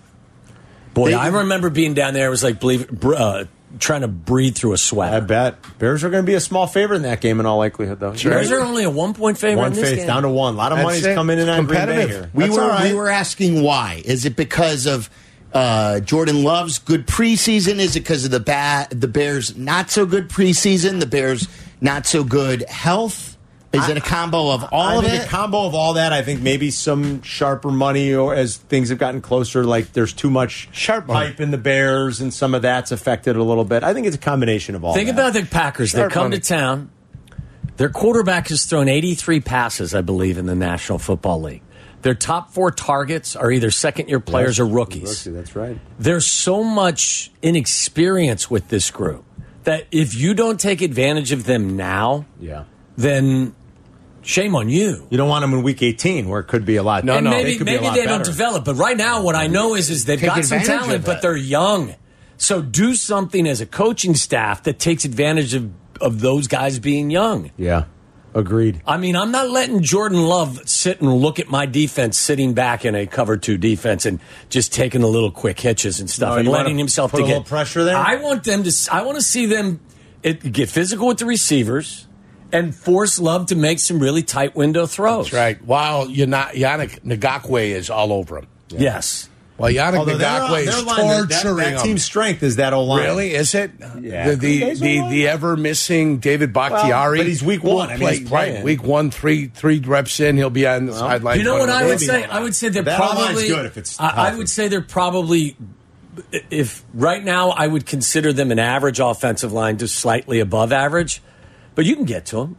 Speaker 1: Boy,
Speaker 4: They-
Speaker 1: I remember being down there. It was like believe, br- uh, trying to breathe through a sweat.
Speaker 2: I bet Bears are going to be a small favorite in that game in all likelihood, though.
Speaker 1: Bears are only a one point favorite. in
Speaker 2: one
Speaker 1: this
Speaker 2: faith
Speaker 1: game.
Speaker 2: down to one. A lot of
Speaker 5: That's
Speaker 2: money's
Speaker 5: it.
Speaker 2: coming in on Green Bay
Speaker 5: Competitive.
Speaker 2: here.
Speaker 4: we
Speaker 2: That's
Speaker 4: were
Speaker 2: all right.
Speaker 4: we were asking why. Is it because of Uh, Jordan Love's good preseason. Is it because of the bat? The Bears not so good preseason. The Bears not so good health. Is it a combo of all
Speaker 2: I
Speaker 4: of
Speaker 2: think
Speaker 4: it?
Speaker 2: a combo of all that. I think maybe some sharper money, or as things have gotten closer, like there's too much
Speaker 4: Sharp money.
Speaker 2: hype in the Bears, and some of that's affected a little bit. I think it's a combination of all.
Speaker 1: Think
Speaker 2: that.
Speaker 1: about the Packers. They
Speaker 5: Sharp
Speaker 1: come
Speaker 5: money.
Speaker 1: to town. Their quarterback has thrown 83 passes, I believe, in the National Football League. Their top four targets are either second year players or rookies.
Speaker 2: Rookie, that's right.
Speaker 1: There's so much inexperience with this group that if you don't take advantage of them now,
Speaker 2: Yeah.
Speaker 1: then shame on you.
Speaker 2: You don't want them in week 18, where it could be a lot.
Speaker 5: No,
Speaker 1: and
Speaker 5: no,
Speaker 1: maybe
Speaker 5: they could be a
Speaker 1: maybe
Speaker 5: lot
Speaker 1: they don't
Speaker 5: better.
Speaker 1: develop. But right now, what I know is is they've
Speaker 4: Take
Speaker 1: got some
Speaker 4: advantage of
Speaker 1: talent,
Speaker 4: it.
Speaker 1: but they're young. So do something as a coaching staff that takes advantage of of those guys being young.
Speaker 2: Yeah, agreed.
Speaker 1: I mean, I'm not letting Jordan Love sit and look at my defense sitting back in a cover two defense and just taking a little quick hitches and stuff
Speaker 2: No,
Speaker 1: and
Speaker 2: you wanna
Speaker 1: letting himself
Speaker 2: put
Speaker 1: to
Speaker 2: a
Speaker 1: get
Speaker 2: little pressure there?
Speaker 1: I want them to. s- I want to see them it, get physical with the receivers and force Love to make some really tight window throws.
Speaker 5: That's right. While Yana- Yannick Ngakwe is all over him.
Speaker 1: Yes.
Speaker 5: While Yannick
Speaker 2: Although their,
Speaker 5: Ngakwe
Speaker 2: their
Speaker 5: is
Speaker 2: line, that, that,
Speaker 5: torturing
Speaker 2: that
Speaker 5: him.
Speaker 2: team's strength is that O line.
Speaker 5: Really? Is it?
Speaker 2: Yeah.
Speaker 5: The the,
Speaker 2: He's
Speaker 5: the,
Speaker 2: all right.
Speaker 5: the ever missing David Bakhtiari.
Speaker 2: but he's week
Speaker 5: will
Speaker 2: one. I mean, he's
Speaker 5: play-
Speaker 2: playing.
Speaker 5: Week one, three three reps in, he'll be on the sideline.
Speaker 1: You know what
Speaker 5: going,
Speaker 1: I
Speaker 5: "Maybe
Speaker 1: would say?
Speaker 2: not.
Speaker 1: I would say they're
Speaker 2: That line's
Speaker 1: probably
Speaker 2: good if it's
Speaker 1: I, I
Speaker 2: healthy.
Speaker 1: would say they're probably. If right now I would consider them an average offensive line, just slightly above average, but you can get to them.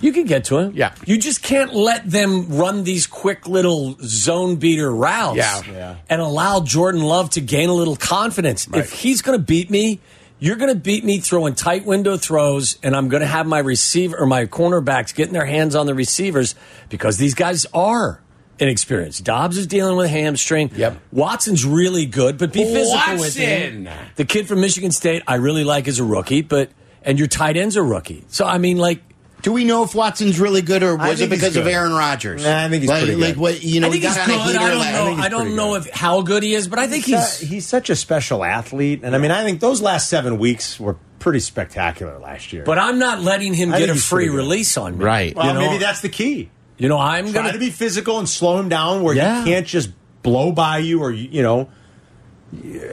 Speaker 1: You can get to them.
Speaker 5: Yeah.
Speaker 1: You just can't let them run these quick little zone beater routes.
Speaker 5: Yeah. Yeah.
Speaker 1: And allow Jordan Love to gain a little confidence. If he's going to beat me. You're going to beat me throwing tight window throws, and I'm going to have my receiver or my cornerbacks getting their hands on the receivers because these guys are inexperienced. Dobbs is dealing with a hamstring.
Speaker 5: Yep.
Speaker 1: Watson's really good, but be physical with
Speaker 5: Watson!
Speaker 1: him. The kid from Michigan State, I really like as a rookie, but and your tight end's a rookie. So I mean, like
Speaker 4: Do we know if Watson's really good or
Speaker 2: I
Speaker 4: was it
Speaker 2: think he's
Speaker 4: because of
Speaker 2: good.
Speaker 4: Aaron Rodgers?
Speaker 2: Nah, I think he's
Speaker 4: like,
Speaker 2: pretty
Speaker 4: Like
Speaker 2: good.
Speaker 4: what you know,
Speaker 1: I think
Speaker 4: he
Speaker 1: he's
Speaker 4: got
Speaker 1: good.
Speaker 4: on a heater
Speaker 1: I don't
Speaker 4: like-
Speaker 1: know. I,
Speaker 2: he's
Speaker 1: don't
Speaker 2: pretty
Speaker 1: know if how good he is, but I think he's.
Speaker 2: su- he's such a special athlete, and I mean, I think those last seven weeks were pretty spectacular last year.
Speaker 1: but I'm not letting him get
Speaker 2: I think
Speaker 1: a
Speaker 2: he's
Speaker 1: free
Speaker 2: pretty good.
Speaker 1: release on me.
Speaker 4: Right.
Speaker 2: well,
Speaker 1: you know,
Speaker 2: maybe that's the key.
Speaker 1: you know I'm
Speaker 2: Try
Speaker 1: gonna
Speaker 2: to be physical and slow him down where
Speaker 1: Yeah.
Speaker 2: he can't just blow by you, or you, you know.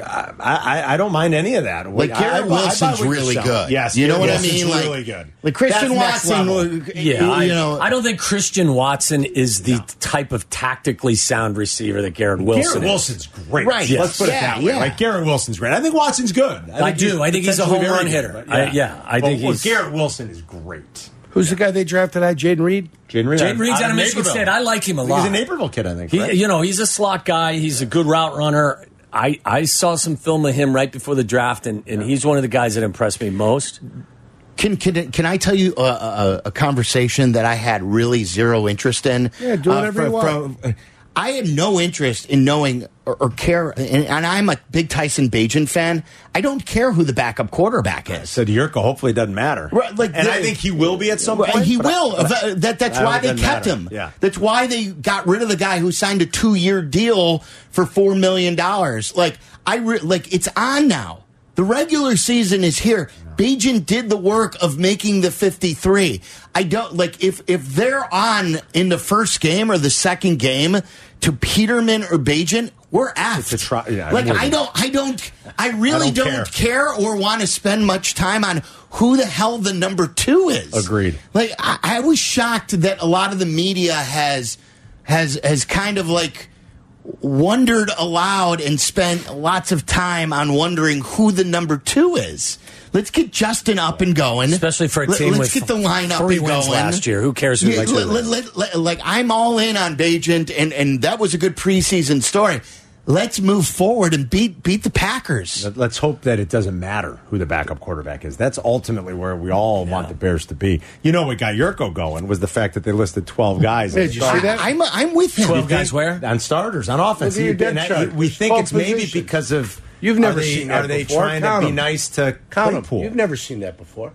Speaker 2: I, I, I don't mind any of that.
Speaker 4: Like
Speaker 2: I- I- I
Speaker 4: Garrett
Speaker 2: buy
Speaker 4: Wilson's
Speaker 2: what you're
Speaker 4: really
Speaker 2: selling.
Speaker 4: good.
Speaker 2: Yes,
Speaker 4: you know what I
Speaker 2: Garrett
Speaker 4: mean.
Speaker 2: Wilson's
Speaker 4: Like,
Speaker 2: really good.
Speaker 4: Like Christian
Speaker 2: That's next
Speaker 4: Watson,
Speaker 2: level.
Speaker 4: w-
Speaker 1: Yeah, I,
Speaker 4: you know,
Speaker 1: I don't think Christian Watson is the type of tactically sound receiver that Garrett Wilson.
Speaker 2: Garrett
Speaker 1: is.
Speaker 2: Wilson's great.
Speaker 4: Right.
Speaker 2: Let's put it
Speaker 4: Yeah,
Speaker 2: that way.
Speaker 4: yeah.
Speaker 2: Like Garrett Wilson's great. I think Watson's good.
Speaker 1: I do. I think he's a home
Speaker 2: potentially
Speaker 1: run
Speaker 2: very
Speaker 1: hitter.
Speaker 2: good,
Speaker 1: I- yeah, I
Speaker 2: But,
Speaker 1: think
Speaker 2: well,
Speaker 1: he's-
Speaker 2: Garrett Wilson is great.
Speaker 5: Who's the guy they drafted out? Jaden Reed?
Speaker 2: Jaden Reed.
Speaker 1: Jaden Reed's out of Michigan
Speaker 2: Naperville.
Speaker 1: State. I like him a
Speaker 2: I think
Speaker 1: lot.
Speaker 2: He's a Naperville kid, I think.
Speaker 1: He,
Speaker 2: right?
Speaker 1: you know, he's a slot guy. He's a good route runner. I, I saw some film of him right before the draft, and, and he's one of the guys that impressed me most.
Speaker 4: Can can can I tell you a, a, a conversation that I had really zero interest in?
Speaker 5: Yeah, do whatever you want.
Speaker 4: from- I had no interest in knowing or, or care, and, and I'm a big Tyson Bajan fan. I don't care who the backup quarterback is.
Speaker 2: So to Yurko, hopefully it doesn't matter.
Speaker 4: Right, like
Speaker 2: and
Speaker 4: the-
Speaker 2: I think he will be at some
Speaker 4: Well, and
Speaker 2: point.
Speaker 4: he
Speaker 2: but I-
Speaker 4: will. That- that, that's
Speaker 2: I
Speaker 4: why
Speaker 2: don't
Speaker 4: they
Speaker 2: think it
Speaker 4: kept
Speaker 2: matters.
Speaker 4: him.
Speaker 2: Yeah.
Speaker 4: That's why they got rid of the guy who signed a two-year deal for four million dollars. Like I re- like it's on now. The regular season is here. Bajan did the work of making the fifty-three. I don't like if if they're on in the first game or the second game to Peterman or Bajan. We're effed.
Speaker 2: It's a try- yeah, I'm
Speaker 4: like
Speaker 2: with
Speaker 4: I
Speaker 2: you.
Speaker 4: don't, I don't, I really
Speaker 2: don't
Speaker 4: don't, care. or want to spend much time on who the hell the number two is.
Speaker 2: Agreed.
Speaker 4: Like I, I was shocked that a lot of the media has has has kind of like wondered aloud and spent lots of time on wondering who the number two is. Let's get Justin up and going,
Speaker 1: Especially for a
Speaker 4: Let-
Speaker 1: team with
Speaker 4: let's get the line up
Speaker 1: three
Speaker 4: and
Speaker 1: wins
Speaker 4: going.
Speaker 1: last year. Who cares who
Speaker 4: Yeah,
Speaker 1: the two
Speaker 4: let- let- let- let- like I'm all in on Bajent, and and that was a good preseason story. Let's move forward and beat beat the Packers.
Speaker 2: Let- Let's hope that it doesn't matter who the backup quarterback is. That's ultimately where we all want the Bears to be. You know what got Yurko going was the fact that they listed 12 guys.
Speaker 5: Did you see that?
Speaker 4: I, am I'm with him.
Speaker 1: 12 guys where?
Speaker 2: on starters on offense.
Speaker 5: Look at your depth
Speaker 2: And I-
Speaker 5: chart.
Speaker 2: we
Speaker 5: There's
Speaker 2: think
Speaker 5: 12
Speaker 2: it's maybe
Speaker 5: positions.
Speaker 2: because of
Speaker 5: You've never
Speaker 2: are they,
Speaker 5: seen that
Speaker 2: are they
Speaker 5: before.
Speaker 2: trying
Speaker 5: Count
Speaker 2: to be
Speaker 5: 'em.
Speaker 2: nice to
Speaker 5: Count him.
Speaker 2: Claypool?
Speaker 5: You've never seen that before.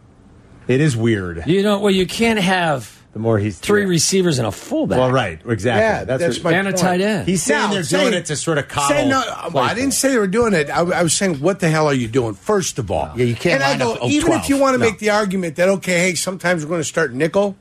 Speaker 2: It is weird.
Speaker 1: You know, well, you can't have
Speaker 2: The more he's
Speaker 1: three
Speaker 2: yeah.
Speaker 1: receivers and a fullback.
Speaker 2: Well, right, exactly.
Speaker 5: Yeah, that's
Speaker 2: what-
Speaker 5: my
Speaker 1: And a
Speaker 5: point.
Speaker 1: tight end.
Speaker 2: He's saying
Speaker 5: Now,
Speaker 2: they're
Speaker 5: saying-
Speaker 2: doing it to sort of coddle.
Speaker 5: Saying, no, well, I
Speaker 2: Claypool.
Speaker 5: didn't say they were doing it. I, I was saying, what the hell are you doing? First of all,
Speaker 4: Yeah, you can't
Speaker 5: And I
Speaker 4: line
Speaker 5: go,
Speaker 4: up all
Speaker 5: even
Speaker 4: 12.
Speaker 5: if you want to
Speaker 4: No.
Speaker 5: make the argument that okay, hey, sometimes we're going to start nickel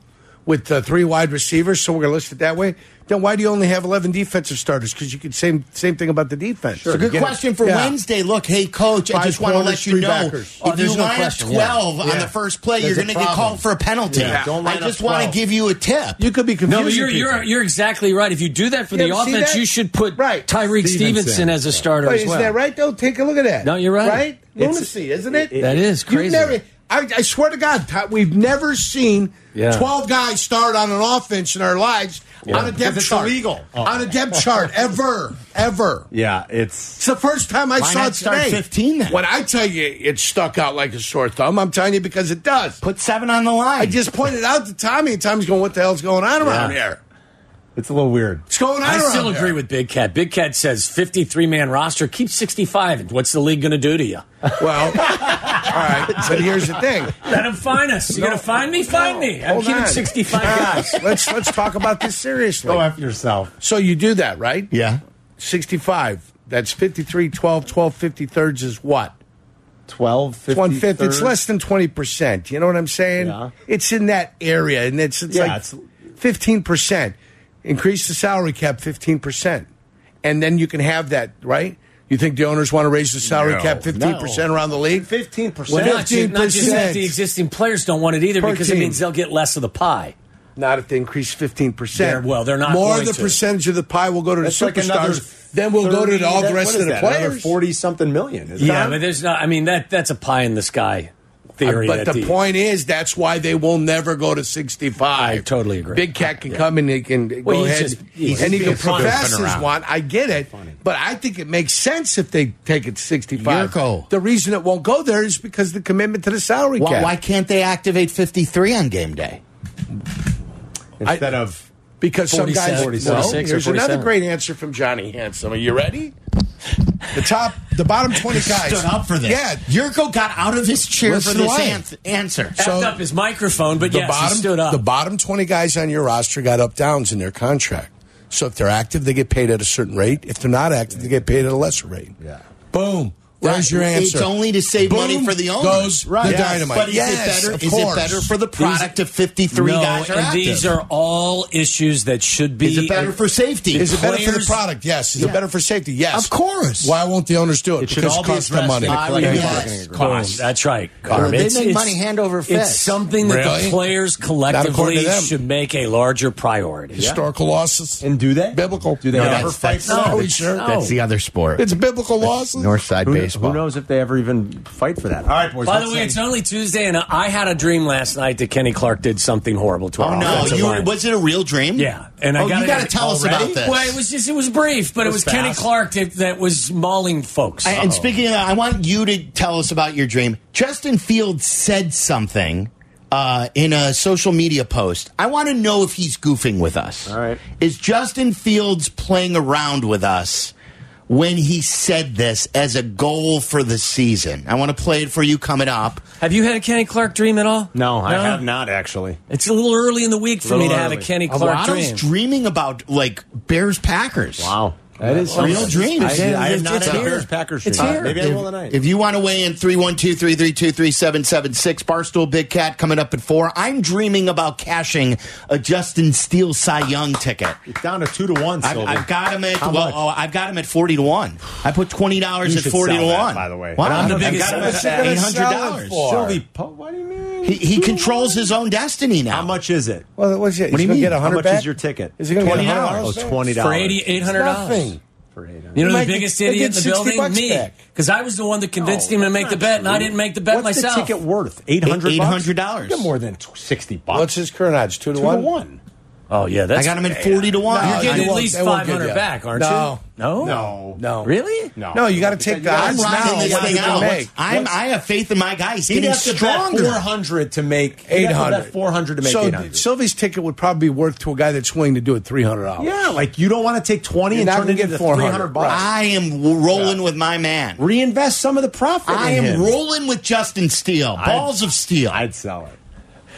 Speaker 5: with uh, three wide receivers, so we're going to list it that way. Then why do you only have eleven defensive starters? Because you could same same thing about the defense.
Speaker 4: It's a good
Speaker 5: Get
Speaker 4: question for
Speaker 5: yeah.
Speaker 4: Wednesday. Look, hey, coach, I
Speaker 5: Five
Speaker 4: just want to
Speaker 5: corners,
Speaker 4: let you
Speaker 5: three
Speaker 4: know
Speaker 5: backers.
Speaker 1: Oh,
Speaker 4: if you
Speaker 1: there's no
Speaker 4: line up
Speaker 1: question.
Speaker 4: 12 on
Speaker 5: Yeah.
Speaker 4: the first play,
Speaker 2: There's
Speaker 4: you're
Speaker 2: a
Speaker 4: going to get
Speaker 2: problem.
Speaker 4: called for a penalty.
Speaker 2: Yeah, don't
Speaker 4: I
Speaker 2: line up
Speaker 4: just want
Speaker 2: 12.
Speaker 4: to give you a tip.
Speaker 5: You could be confusing.
Speaker 1: No, but you're,
Speaker 5: people.
Speaker 1: you're you're exactly right. If you do that for the
Speaker 5: You ever see
Speaker 1: offense,
Speaker 5: that?
Speaker 1: you should put
Speaker 5: Right.
Speaker 1: Tyreek
Speaker 2: Stevenson.
Speaker 1: Stevenson, as a starter
Speaker 5: Wait,
Speaker 1: as
Speaker 5: is
Speaker 1: well.
Speaker 5: that right though? Take a look at that.
Speaker 1: No, you're right.
Speaker 5: Right?
Speaker 2: It's-
Speaker 5: Lunacy, isn't it?
Speaker 2: it-
Speaker 1: That is
Speaker 5: You've
Speaker 1: crazy.
Speaker 5: never- I, I swear to God, Todd, we've never seen
Speaker 1: Yeah.
Speaker 5: twelve guys start on an offense in our lives on a depth
Speaker 2: Because it's
Speaker 5: chart.
Speaker 2: illegal. Oh.
Speaker 5: On a depth chart, ever, ever.
Speaker 2: Yeah, it's
Speaker 5: It's the first time I
Speaker 4: Why
Speaker 5: saw
Speaker 4: not
Speaker 5: it
Speaker 4: start
Speaker 5: today.
Speaker 4: 15 then?
Speaker 5: When I tell you it stuck out like a sore thumb, I'm telling you because it does.
Speaker 4: Put seven on the line.
Speaker 5: I just pointed out to Tommy, and Tommy's going, "What the hell's going on around here?
Speaker 2: it's a little weird.
Speaker 5: What's going on?"
Speaker 1: I
Speaker 5: around
Speaker 1: still
Speaker 5: here?"
Speaker 1: agree with Big Cat. Big Cat says 53 man roster, keep 65. What's the league going to do to you?
Speaker 5: Well, all right, but here's the thing.
Speaker 1: Let them find us. You going to find me? Find me. I'm
Speaker 5: Hold
Speaker 1: keeping
Speaker 5: on.
Speaker 1: 65 guys.
Speaker 5: Ah, Let's let's talk about this seriously.
Speaker 2: Go after yourself.
Speaker 5: So you do that, right?
Speaker 4: yeah.
Speaker 5: 65. That's 53, 12, 12, 50 thirds is what?
Speaker 2: 12,
Speaker 5: It's
Speaker 2: 50,
Speaker 5: one fifth. It's
Speaker 2: 30.
Speaker 5: less than 20%. You know what I'm saying?
Speaker 2: Yeah.
Speaker 5: It's in that area, and it's, it's
Speaker 2: Yeah,
Speaker 5: like
Speaker 2: it's-
Speaker 5: 15%. Increase the salary cap 15%. And then you can have that, right? You think the owners want to raise the salary
Speaker 4: No.
Speaker 5: cap 15% around the league?
Speaker 2: 15%.
Speaker 1: Well, not, ju- not just that
Speaker 5: 15%.
Speaker 1: the existing players don't want it either
Speaker 5: Per
Speaker 1: because
Speaker 5: team.
Speaker 1: it means they'll get less of the pie.
Speaker 5: Not if they increase 15%.
Speaker 1: They're- well, they're not
Speaker 5: More
Speaker 1: going
Speaker 5: of the
Speaker 1: to.
Speaker 5: percentage of the pie will go to
Speaker 2: That's
Speaker 5: the
Speaker 2: like another
Speaker 5: superstars. then we'll go to
Speaker 2: 30
Speaker 5: the- all the
Speaker 2: that-
Speaker 5: rest
Speaker 2: what
Speaker 5: of
Speaker 2: is
Speaker 5: the
Speaker 2: that?
Speaker 5: players.
Speaker 2: Another 40 something million. isn't
Speaker 1: Yeah,
Speaker 2: it?
Speaker 1: but there's not. I mean, that that's a pie in the sky theory.
Speaker 5: Uh, But
Speaker 1: that
Speaker 5: the point is, that's why they will never go to 65.
Speaker 1: I totally agree.
Speaker 5: Big Cat can come and he can go
Speaker 1: Well, he's
Speaker 5: ahead
Speaker 1: just- he's
Speaker 5: and he can
Speaker 1: just being
Speaker 5: profess
Speaker 4: funny.
Speaker 5: his want. I get it. But I think it makes sense if they take it to 65.
Speaker 4: Yurko.
Speaker 5: The reason it won't go there is because the commitment to the salary
Speaker 4: Why,
Speaker 5: cap.
Speaker 4: why can't they activate 53 on game day?
Speaker 2: Instead of
Speaker 5: Because some
Speaker 1: 47,
Speaker 5: guys.
Speaker 1: 46
Speaker 5: no,
Speaker 1: or
Speaker 5: here's another
Speaker 1: 47.
Speaker 5: great answer from Johnny Handsome. Are you ready? The top, the bottom 20 guys.
Speaker 4: Stood up for this.
Speaker 5: Yeah.
Speaker 4: Yurko got out of his chair
Speaker 5: Listen
Speaker 4: for
Speaker 5: to
Speaker 4: this
Speaker 5: Wayne.
Speaker 4: anth- answer.
Speaker 1: so, up his microphone, but
Speaker 5: the
Speaker 1: yes,
Speaker 5: bottom
Speaker 1: he stood up.
Speaker 5: the bottom 20 guys on your roster got up downs in their contract. So if they're active, they get paid at a certain rate. If they're not active, they get paid at a lesser rate.
Speaker 2: Yeah.
Speaker 5: Boom. There's
Speaker 4: That-
Speaker 5: your answer.
Speaker 4: It's only to save
Speaker 5: Boom
Speaker 4: money for the owner.
Speaker 5: Goes the
Speaker 4: Yes.
Speaker 5: dynamite.
Speaker 4: But is
Speaker 5: yes,
Speaker 4: it better?
Speaker 5: of
Speaker 4: Is
Speaker 5: course.
Speaker 4: it better for the product of 53
Speaker 1: no,
Speaker 4: guys are
Speaker 1: and
Speaker 4: active?
Speaker 1: these are all issues that should be.
Speaker 4: is it better for safety?
Speaker 5: Is it better for the
Speaker 1: players-
Speaker 5: product? Yes. Is it better for safety? Yes.
Speaker 4: Of course.
Speaker 5: Why won't the owners do it?
Speaker 2: It should
Speaker 5: because
Speaker 2: all
Speaker 5: it
Speaker 2: be
Speaker 5: costs them
Speaker 2: addressed
Speaker 5: money.
Speaker 2: in a collective
Speaker 4: yes.
Speaker 2: bargaining agreement.
Speaker 1: cost. That's right, Carm.
Speaker 4: They make money hand over
Speaker 1: It's
Speaker 4: fist.
Speaker 1: something that
Speaker 5: Really?
Speaker 1: the players
Speaker 5: according to
Speaker 1: collectively
Speaker 5: them.
Speaker 1: should make a larger priority.
Speaker 5: Historical losses.
Speaker 2: And do they?
Speaker 5: Biblical.
Speaker 2: Do they
Speaker 5: No,
Speaker 2: ever
Speaker 4: that's-
Speaker 2: fight?
Speaker 4: that's-
Speaker 2: for that?
Speaker 5: Are we sure?
Speaker 1: No.
Speaker 4: That's the other sport.
Speaker 5: It's biblical losses.
Speaker 4: Northside
Speaker 2: Who,
Speaker 4: baseball.
Speaker 2: who knows if they ever even fight for that? All right, boys.
Speaker 1: By the
Speaker 2: let's
Speaker 1: way,
Speaker 2: end.
Speaker 1: it's only Tuesday, and I had a dream last night that Kenny Clark did something horrible to our
Speaker 4: Oh no!
Speaker 1: offensive
Speaker 4: You
Speaker 1: line.
Speaker 4: was it a real dream?
Speaker 1: Yeah, and I
Speaker 4: oh,
Speaker 1: got
Speaker 4: you
Speaker 1: it
Speaker 4: got to
Speaker 1: out-
Speaker 4: tell us about
Speaker 1: already?
Speaker 4: this.
Speaker 1: Well, it was just it was brief, but it was,
Speaker 2: was
Speaker 1: Kenny
Speaker 2: fast.
Speaker 1: Clark that, that was mauling folks.
Speaker 4: I- and speaking of that, I want you to tell us about your dream. Justin Fields said something uh, in a social media post. I want to know if he's goofing with us.
Speaker 2: All right.
Speaker 4: Is Justin Fields playing around with us when he said this as a goal for the season? I want to play it for you coming up.
Speaker 1: have you had a Kenny Clark dream at all?
Speaker 2: no, I have not actually.
Speaker 1: It's a little early in the week for me to
Speaker 2: Little
Speaker 1: have a
Speaker 2: early.
Speaker 1: Kenny Clark
Speaker 4: Alvaro's
Speaker 1: dream.
Speaker 4: dreaming about like Bears Packers.
Speaker 2: Wow, that is
Speaker 4: Real
Speaker 2: something.
Speaker 4: dreams.
Speaker 2: I, I have
Speaker 4: It's
Speaker 2: not had a
Speaker 4: here.
Speaker 2: Bears Packers
Speaker 1: It's
Speaker 2: dream.
Speaker 1: here.
Speaker 2: Maybe I will tonight.
Speaker 4: If you want to weigh in, 312 332 3776. Barstool Big Cat coming up at 4. I'm dreaming about cashing a Justin Steele Cy Young ticket.
Speaker 2: it's down to two to one.
Speaker 4: I've,
Speaker 2: Silver.
Speaker 4: I've got him at
Speaker 2: How
Speaker 4: well,
Speaker 2: much?
Speaker 4: oh, I've got him at forty to one. I put twenty dollars
Speaker 2: You
Speaker 4: at
Speaker 2: should
Speaker 4: forty to
Speaker 2: sell that,
Speaker 4: one.
Speaker 2: by the way.
Speaker 4: Wow.
Speaker 2: I'm
Speaker 1: the
Speaker 4: I've
Speaker 1: biggest
Speaker 4: got him
Speaker 1: seller.
Speaker 4: at
Speaker 1: What's he gonna
Speaker 4: eight hundred
Speaker 5: sell it
Speaker 4: dollars.
Speaker 5: for?
Speaker 2: Sylvie, po- what do you mean?
Speaker 4: He, he controls his own destiny now.
Speaker 2: How much is it?
Speaker 5: Well, what's it?
Speaker 2: What do you
Speaker 5: He's gonna
Speaker 2: mean?
Speaker 5: Get a
Speaker 2: How
Speaker 5: hundred
Speaker 2: much
Speaker 5: back?
Speaker 2: is your ticket?
Speaker 5: Is he going to get a
Speaker 4: $20?
Speaker 5: hundred
Speaker 2: Oh, twenty
Speaker 1: For
Speaker 2: dollars.
Speaker 1: eighty eight hundred dollars.
Speaker 5: Nothing.
Speaker 1: You know the
Speaker 5: They get-
Speaker 1: biggest
Speaker 5: they
Speaker 1: idiot
Speaker 5: get
Speaker 1: in the
Speaker 5: 60
Speaker 1: building?
Speaker 5: bucks
Speaker 1: Me.
Speaker 5: back.
Speaker 1: Because I was the one that convinced him to make the bet, and I didn't make the bet
Speaker 2: Oh, What's
Speaker 1: myself.
Speaker 2: the ticket worth? Eight hundred.
Speaker 4: Eight hundred dollars.
Speaker 2: More than tw- sixty bucks.
Speaker 5: What's his current odds? Two to
Speaker 2: two
Speaker 5: one.
Speaker 2: to one?
Speaker 1: Oh, yeah.
Speaker 4: I
Speaker 1: That's,
Speaker 4: got him at forty to one.
Speaker 1: You're
Speaker 5: they
Speaker 1: getting at
Speaker 5: won't-
Speaker 1: least
Speaker 5: they won't give
Speaker 1: 500
Speaker 5: you.
Speaker 1: back, aren't
Speaker 5: No.
Speaker 1: you? No.
Speaker 2: No.
Speaker 5: No.
Speaker 1: Really?
Speaker 2: No.
Speaker 5: No, you got to take the
Speaker 4: I'm
Speaker 5: odds now.
Speaker 4: riding this
Speaker 5: What are
Speaker 4: thing
Speaker 5: you gonna
Speaker 4: out.
Speaker 5: make?
Speaker 4: I'm, I have faith in my guy. He's
Speaker 2: He'd
Speaker 4: getting
Speaker 2: have to bet
Speaker 4: stronger.
Speaker 2: four hundred to make
Speaker 5: Eight hundred.
Speaker 2: Four hundred to make
Speaker 5: so
Speaker 2: eight hundred.
Speaker 5: Sylvie's ticket would probably be worth to a guy that's willing to do it three hundred dollars.
Speaker 2: yeah, like you don't want to take twenty
Speaker 5: You're
Speaker 2: and
Speaker 5: not
Speaker 2: turn
Speaker 5: gonna
Speaker 2: it
Speaker 5: get
Speaker 2: into three
Speaker 5: 400.
Speaker 2: hundred bucks.
Speaker 4: I am w- rolling with my man.
Speaker 2: Reinvest some of the profit.
Speaker 4: I am
Speaker 2: in him.
Speaker 4: rolling with Justin Steele. Balls of steel.
Speaker 2: I'd sell it.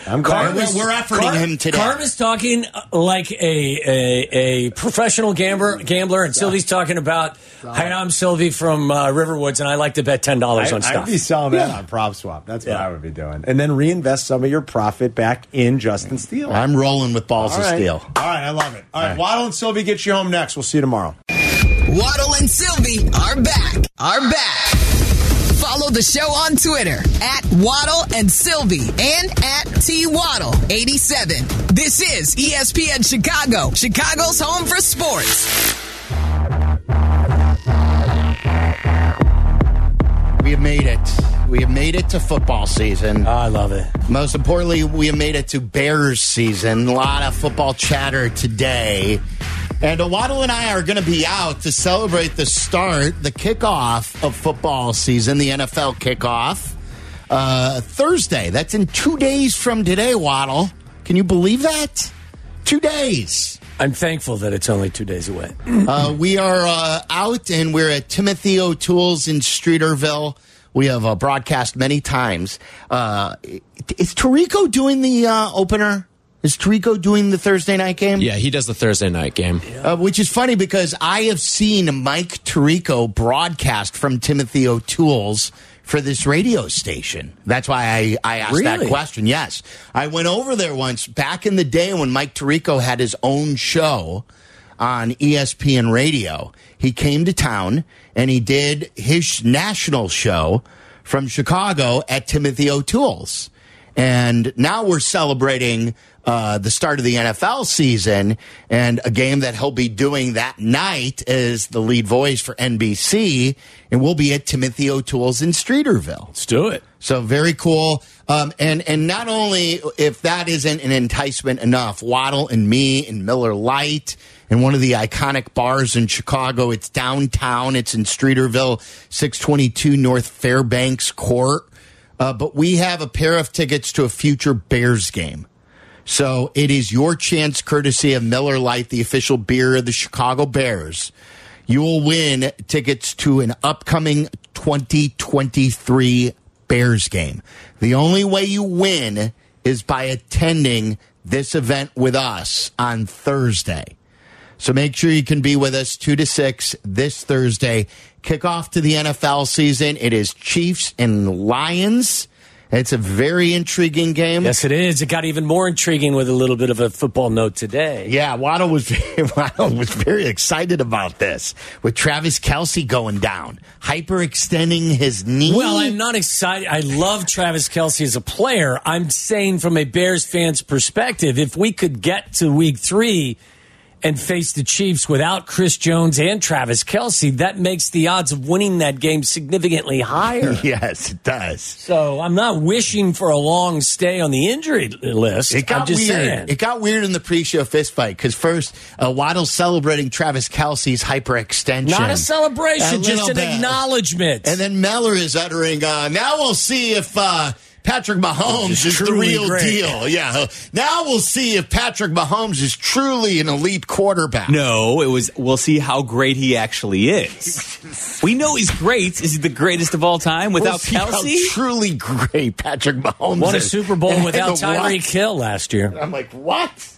Speaker 2: I'm glad.
Speaker 4: We're- we're efforting him today.
Speaker 1: Carm is talking uh, like a a, a professional gambler, gambler, and Sylvie's talking about, "Hi, I'm Sylvie from uh, Riverwoods, and I like to bet ten dollars on
Speaker 2: I, would
Speaker 1: stuff."
Speaker 2: be selling that on prop swap. That's what
Speaker 1: Yeah.
Speaker 2: I would be doing, and then reinvest some of your profit back in Justin Steele.
Speaker 4: I'm rolling with balls
Speaker 2: All
Speaker 4: of
Speaker 2: right.
Speaker 4: steel.
Speaker 2: All right, I love it. All right, Waddle and Sylvie get you home next. We'll see you tomorrow.
Speaker 7: Waddle and Sylvie are back. Are back. Follow the show on Twitter at Waddle and Sylvie and at T Waddle 87. This is E ESPN Chicago, Chicago's home for sports.
Speaker 4: We have made it. We have made it to football season.
Speaker 1: I love it.
Speaker 4: Most importantly, we have made it to Bears season. A lot of football chatter today. And Waddle and I are going to be out to celebrate the start, the kickoff of football season, the NFL kickoff, uh, Thursday. That's in two days from today, Waddle. Can you believe that? Two days.
Speaker 1: I'm thankful that it's only two days away.
Speaker 4: Uh, we are uh, out and we're at Timothy O'Toole's in Streeterville. We have uh, broadcast many times. Uh, is Tarico doing the uh, opener? Is Tarico doing the Thursday night game?
Speaker 8: Yeah, he does the Thursday night game.
Speaker 4: Uh, which is funny because I have seen Mike Tirico broadcast from Timothy O'Toole's for this radio station. That's why I, I asked that
Speaker 1: Really?
Speaker 4: question. Yes. I went over there once back in the day when Mike Tirico had his own show on E ESPN radio. He came to town and he did his national show from Chicago at Timothy O'Toole's. And now we're celebrating uh, the start of the NFL season. And a game that he'll be doing that night is the lead voice for NBC. And we'll be at Timothy O'Toole's in Streeterville.
Speaker 1: Let's do it.
Speaker 4: So very cool. Um, and and not only if that isn't an enticement enough, Waddle and me and Miller Light and one of the iconic bars in Chicago. It's downtown. It's in Streeterville, six twenty two North Fairbanks Court. Uh, but we have a pair of tickets to a future Bears game. So it is your chance, courtesy of Miller Lite, the official beer of the Chicago Bears. You will win tickets to an upcoming 2023 Bears game. The only way you win is by attending this event with us on Thursday. So make sure you can be with us two to six this Thursday. Kickoff to the NFL season. It is Chiefs and Lions. It's a very intriguing game.
Speaker 1: Yes, it is. It got even more intriguing with a little bit of a football note today.
Speaker 4: Yeah, Waddle was Waddle was very excited about this with Travis Kelsey going down, hyperextending his knee.
Speaker 1: Well, I'm not excited. I love Travis Kelsey as a player. I'm saying from a Bears fan's perspective, if we could get to week three and face the Chiefs without Chris Jones and Travis Kelsey, that makes the odds of winning that game significantly higher.
Speaker 4: yes, it does.
Speaker 1: So I'm not wishing for a long stay on the injury list.
Speaker 4: It got
Speaker 1: I'm just
Speaker 4: weird.
Speaker 1: saying.
Speaker 4: It got weird in the pre-show fistfight because first uh, Waddle's celebrating Travis Kelsey's hyperextension.
Speaker 1: not a celebration,
Speaker 4: A
Speaker 1: just
Speaker 4: little
Speaker 1: an
Speaker 4: bit.
Speaker 1: acknowledgement.
Speaker 4: And then Meller is uttering, uh, now we'll see if uh, Patrick Mahomes is the
Speaker 1: truly
Speaker 4: real
Speaker 1: great.
Speaker 4: deal. Yeah. Now we'll see if Patrick Mahomes is truly an elite quarterback.
Speaker 6: No, it was. We'll see how great he actually is. we know he's great. Is he the greatest of all time
Speaker 4: We'll
Speaker 6: without
Speaker 4: see how
Speaker 6: Kelsey?
Speaker 4: truly great Patrick Mahomes
Speaker 1: Won a
Speaker 4: is.
Speaker 1: Super Bowl
Speaker 4: And
Speaker 1: without
Speaker 4: the what?
Speaker 1: Tyreek Hill last year.
Speaker 4: I'm like, what?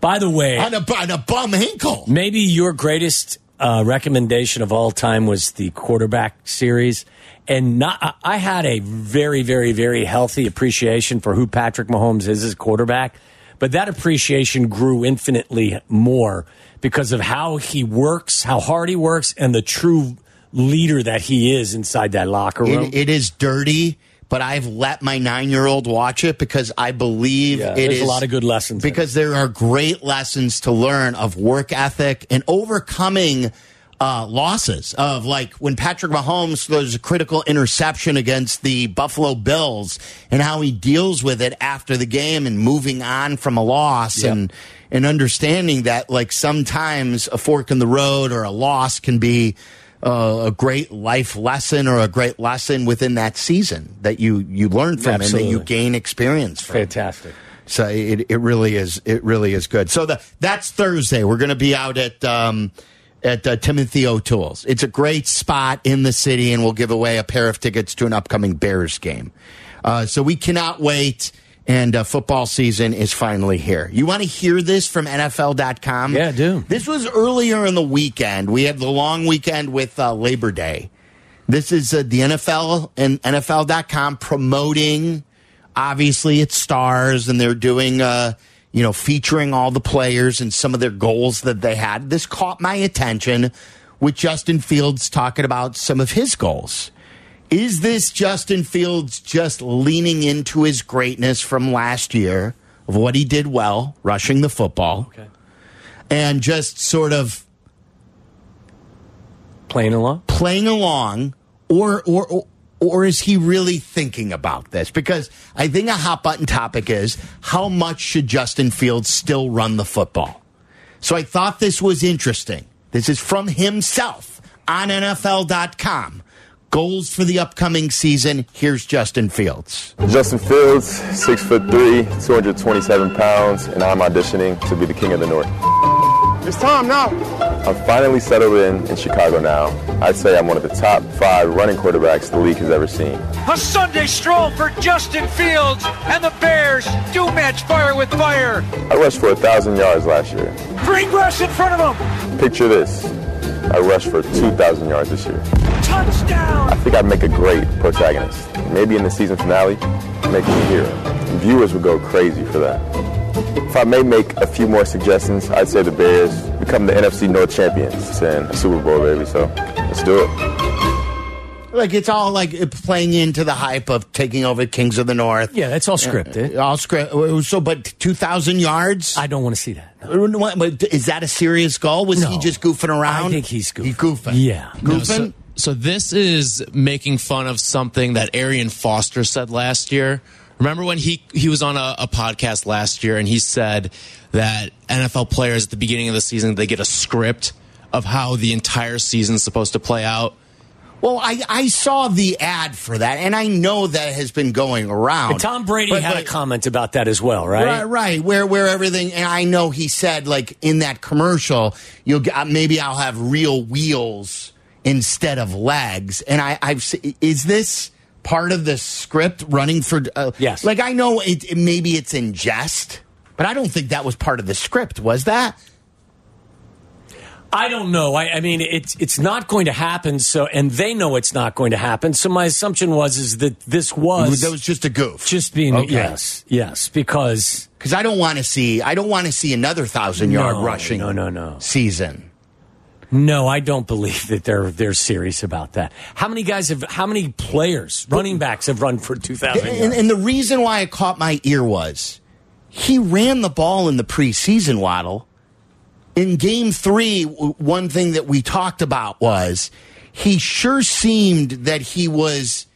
Speaker 1: By the way,
Speaker 4: On a, on a bum ankle.
Speaker 1: Maybe your greatest uh, recommendation of all time was the quarterback series, and not. I- I had a very, very, very healthy appreciation for who Patrick Mahomes is as quarterback, but that appreciation grew infinitely more because of how he works, how hard he works, and the true leader that he is inside that locker room.
Speaker 4: It, it is dirty, but I've let my nine year old watch it because I believe
Speaker 1: Yeah,
Speaker 4: it
Speaker 1: there's a
Speaker 4: is-
Speaker 1: lot of good lessons in it.
Speaker 4: Because there are great lessons to learn of work ethic and overcoming uh, losses. Of like when Patrick Mahomes throws a critical interception against the Buffalo Bills and how he deals with it after the game and moving on from a loss and and understanding that like sometimes a fork in the road or a loss can be uh, a great life lesson or a great lesson within that season that you you learn from and that you
Speaker 1: Absolutely.
Speaker 4: gain experience from.
Speaker 1: Fantastic.
Speaker 4: So it, it really is it really is good. So the, that's Thursday. We're going to be out at um, at uh, Timothy O'Toole's. It's a great spot in the city, and we'll give away a pair of tickets to an upcoming Bears game. Uh, so we cannot wait. and uh, football season is finally here. You want to hear this from NFL.com?
Speaker 1: Yeah, I do.
Speaker 4: This was earlier in the weekend. We had the long weekend with uh, Labor Day. This is uh, the NFL and NFL.com promoting. Obviously, it's stars, and they're doing, uh, you know, featuring all the players and some of their goals that they had. This caught my attention with Justin Fields talking about some of his goals. Is this Justin Fields just leaning into his greatness from last year of what he did well, rushing the football, and just sort of
Speaker 1: Playing along?
Speaker 4: playing along or or or- or is he really thinking about this? Because I think a hot button topic is how much should Justin Fields still run the football? So I thought this was interesting. This is from himself on NFL.com. Goals for the upcoming season. Here's Justin Fields.
Speaker 8: Justin Fields, six foot three, 227 pounds, and I'm auditioning to be the king of the north.
Speaker 9: It's time now.
Speaker 8: I'm finally settled in in Chicago now. I'd say I'm one of the top five running quarterbacks the league has ever seen.
Speaker 9: A Sunday stroll for Justin Fields and the Bears do match fire with fire.
Speaker 8: I rushed for 1,000 yards last year.
Speaker 9: Green grass in front of him.
Speaker 8: Picture this. I rushed for 2,000 yards this year. I
Speaker 9: Touchdown.
Speaker 8: think I'd make a great protagonist. Maybe in the season finale, make me a hero. Viewers would go crazy for that. If I may make a few more suggestions, I'd say the Bears become the NFC North champions and Super Bowl, baby. So let's do it.
Speaker 4: Like it's all like playing into the hype of taking over Kings of the North.
Speaker 1: Yeah, that's all scripted.
Speaker 4: All script. So, but 2,000 yards?
Speaker 1: I don't want to see that. No.
Speaker 4: What- what- Is that a serious goal? Was he
Speaker 1: No.
Speaker 4: just goofing around?
Speaker 1: I think he's goofing.
Speaker 4: He goofing.
Speaker 1: Yeah.
Speaker 4: Goofing?
Speaker 10: So, so this is making fun of something that Arian Foster said last year. Remember when he he was on a, a podcast last year and he said that NFL players at the beginning of the season they get a script of how the entire season's supposed to play out.
Speaker 4: well, I, I saw the ad for that, and I know that has been going around.
Speaker 1: And Tom Brady
Speaker 4: But-
Speaker 1: had
Speaker 4: but-
Speaker 1: a comment about that as well, right?
Speaker 4: Right, right. Where where everything, and I know he said like in that commercial, you'll get- uh, maybe I'll have real wheels instead of legs. And I, I've se- is this part of the script running for? Uh,
Speaker 1: Yes.
Speaker 4: Like I know it, it- maybe it's in jest, but I don't think that was part of the script. Was that?
Speaker 1: I don't know. I, I mean, it's it's not going to happen. So, and they know it's not going to happen. So, my assumption was is that this was
Speaker 4: that was just a goof.
Speaker 1: just being
Speaker 4: Okay.
Speaker 1: yes, yes, because
Speaker 4: because I don't want to see I don't want to see another thousand yard
Speaker 1: No,
Speaker 4: rushing
Speaker 1: no, no, no.
Speaker 4: season.
Speaker 1: no, I don't believe that they're they're serious about that. How many guys have? How many players, running backs, have run for two thousand?
Speaker 4: And, and the reason why it caught my ear was he ran the ball in the preseason waddle. In game three, w- one thing that we talked about was he sure seemed that he was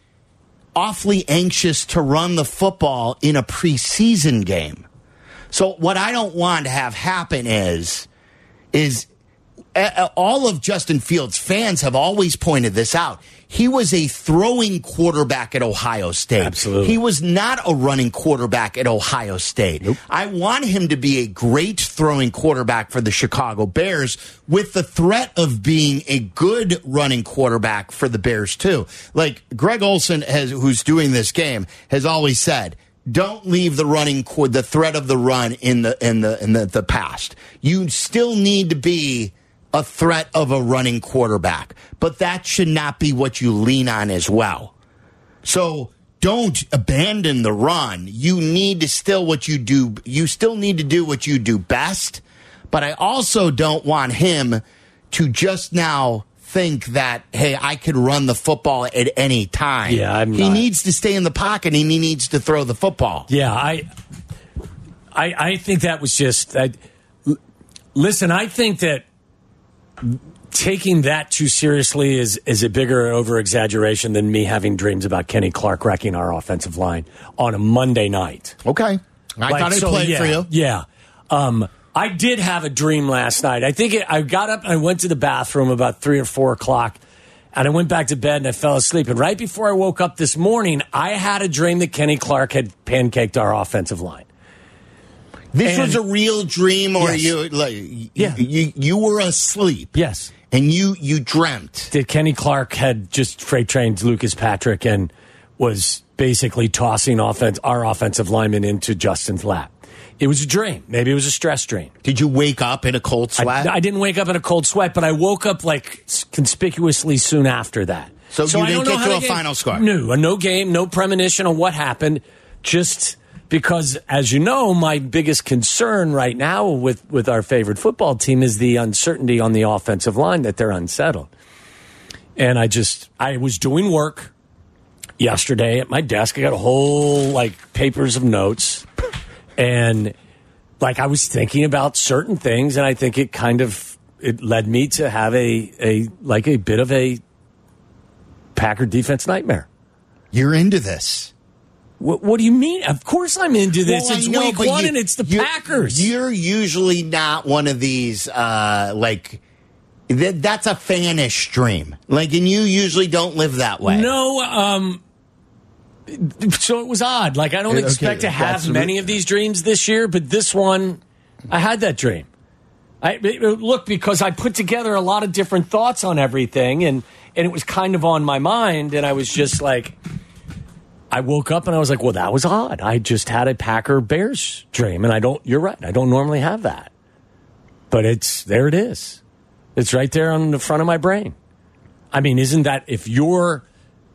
Speaker 4: awfully anxious to run the football in a preseason game. So what I don't want to have happen is is uh, all of Justin Fields fans have always pointed this out. He was a throwing quarterback at Ohio State.
Speaker 1: Absolutely.
Speaker 4: He was not a running quarterback at Ohio State. I want him to be a great throwing quarterback for the Chicago Bears with the threat of being a good running quarterback for the Bears too. Like Greg Olson has who's doing this game has always said don't leave the running qu- the threat of the run in the in the in the, the past. You still need to be a threat of a running quarterback, but that should not be what you lean on as well. So don't abandon the run. You need to still what you do. You still need to do what you do best. But I also don't want him to just now think that hey, I could run the football at any time.
Speaker 1: Yeah, I'm
Speaker 4: he
Speaker 1: not-
Speaker 4: needs to stay in the pocket and he needs to throw the football.
Speaker 1: Yeah, I, I, I think that was just. I, l- listen, I think that taking that too seriously is is a bigger over exaggeration than me having dreams about Kenny Clark wrecking our offensive line on a Monday night.
Speaker 4: Okay, I
Speaker 1: Like,
Speaker 4: thought I'd
Speaker 1: so,
Speaker 4: play it
Speaker 1: yeah,
Speaker 4: for you.
Speaker 1: Yeah. Um, I did have a dream last night. I think it, I got up and I went to the bathroom about three or four o'clock, and I went back to bed and I fell asleep. And right before I woke up this morning, I had a dream that Kenny Clark had pancaked our offensive line.
Speaker 4: This was a
Speaker 1: And-
Speaker 4: real dream, or
Speaker 1: Yes.
Speaker 4: you like y-
Speaker 1: Yeah.
Speaker 4: you you were asleep.
Speaker 1: Yes.
Speaker 4: and you you dreamt.
Speaker 1: That Kenny Clark had just freight trained Lucas Patrick and was basically tossing offense our offensive lineman into Justin's lap. It was a drain. Maybe it was a stress drain.
Speaker 4: Did you wake up in a cold sweat?
Speaker 1: I, I didn't wake up in a cold sweat, but I woke up like s- conspicuously soon after that.
Speaker 4: So you
Speaker 1: I
Speaker 4: didn't
Speaker 1: don't know
Speaker 4: get
Speaker 1: how
Speaker 4: to
Speaker 1: the
Speaker 4: a final score?
Speaker 1: No, a no game, no premonition on what happened. Just because, as you know, my biggest concern right now with with our favorite football team is the uncertainty on the offensive line that they're unsettled. And I just, I was doing work yesterday at my desk. I got a whole like papers of notes, and like I was thinking about certain things, and I think it kind of it led me to have a a like a bit of a Packer defense nightmare.
Speaker 4: You're into this.
Speaker 1: What, what do you mean? Of course I'm into this.
Speaker 4: Well, I
Speaker 1: it's
Speaker 4: know,
Speaker 1: week
Speaker 4: but
Speaker 1: one,
Speaker 4: you-
Speaker 1: and it's the
Speaker 4: you're-
Speaker 1: Packers.
Speaker 4: You're usually not one of these, uh, like, th- that's a fanish dream. Like, and you usually don't live that way.
Speaker 1: No, um, so it was odd. Like I don't
Speaker 5: Yeah, okay,
Speaker 1: expect to
Speaker 5: that's
Speaker 1: have
Speaker 5: the re-
Speaker 1: many of these dreams this year, but this one, I had that dream. I it- it- look because I put together a lot of different thoughts on everything, and and it was kind of on my mind, and I was just like, I woke up and I was like, well, that was odd. I just had a Packer Bears dream, and I don't. You're right. I don't normally have that, but it's there. It is. It's right there on the front of my brain. I mean, isn't that if you're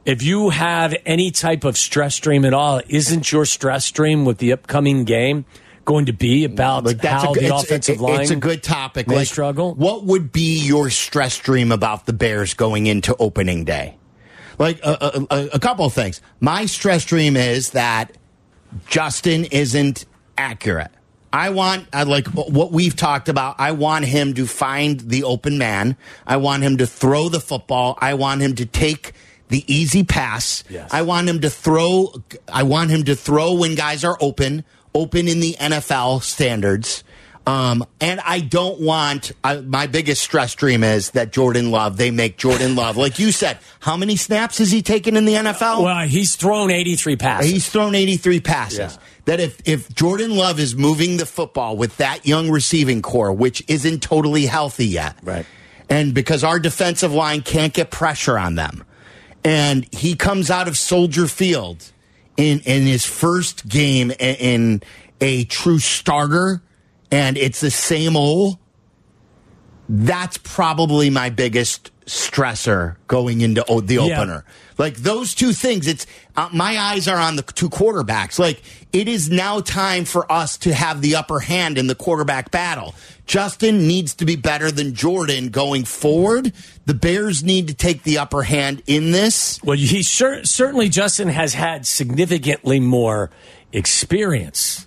Speaker 1: if you have any type of stress stream at all, isn't your stress stream with the upcoming game going to be about
Speaker 4: Like that's
Speaker 1: how
Speaker 4: a, good-
Speaker 1: the
Speaker 4: it's-
Speaker 1: offensive
Speaker 4: it-
Speaker 1: line?
Speaker 4: It's a good topic.
Speaker 1: may
Speaker 4: Like
Speaker 1: struggle?
Speaker 4: What would be your stress dream about the Bears going into opening day? Like a, a, a- a couple of things. My stress dream is that Justin isn't accurate. I want, I like what we've talked about. I want him to find the open man. I want him to throw the football. I want him to take the easy pass.
Speaker 1: Yes.
Speaker 4: I want him to throw. I want him to throw when guys are open, open in the NFL standards. Um, and I don't want I, my biggest stress dream is that Jordan Love. They make Jordan Love, like you said. How many snaps has he taken in the NFL?
Speaker 1: well, he's thrown 83 passes.
Speaker 4: He's thrown 83 passes. That if, if Jordan Love is moving the football with that young receiving core, which isn't totally healthy yet,
Speaker 2: Right.
Speaker 4: and because our defensive line can't get pressure on them, and he comes out of Soldier Field in, in his first game in, in a true starter, and it's the same old, that's probably my biggest stressor going into o- the
Speaker 1: Yeah.
Speaker 4: opener. Like those two things, it's uh, my eyes are on the two quarterbacks. Like it is now time for us to have the upper hand in the quarterback battle. Justin needs to be better than Jordan going forward. The Bears need to take the upper hand in this.
Speaker 1: Well, he cer- certainly Justin has had significantly more experience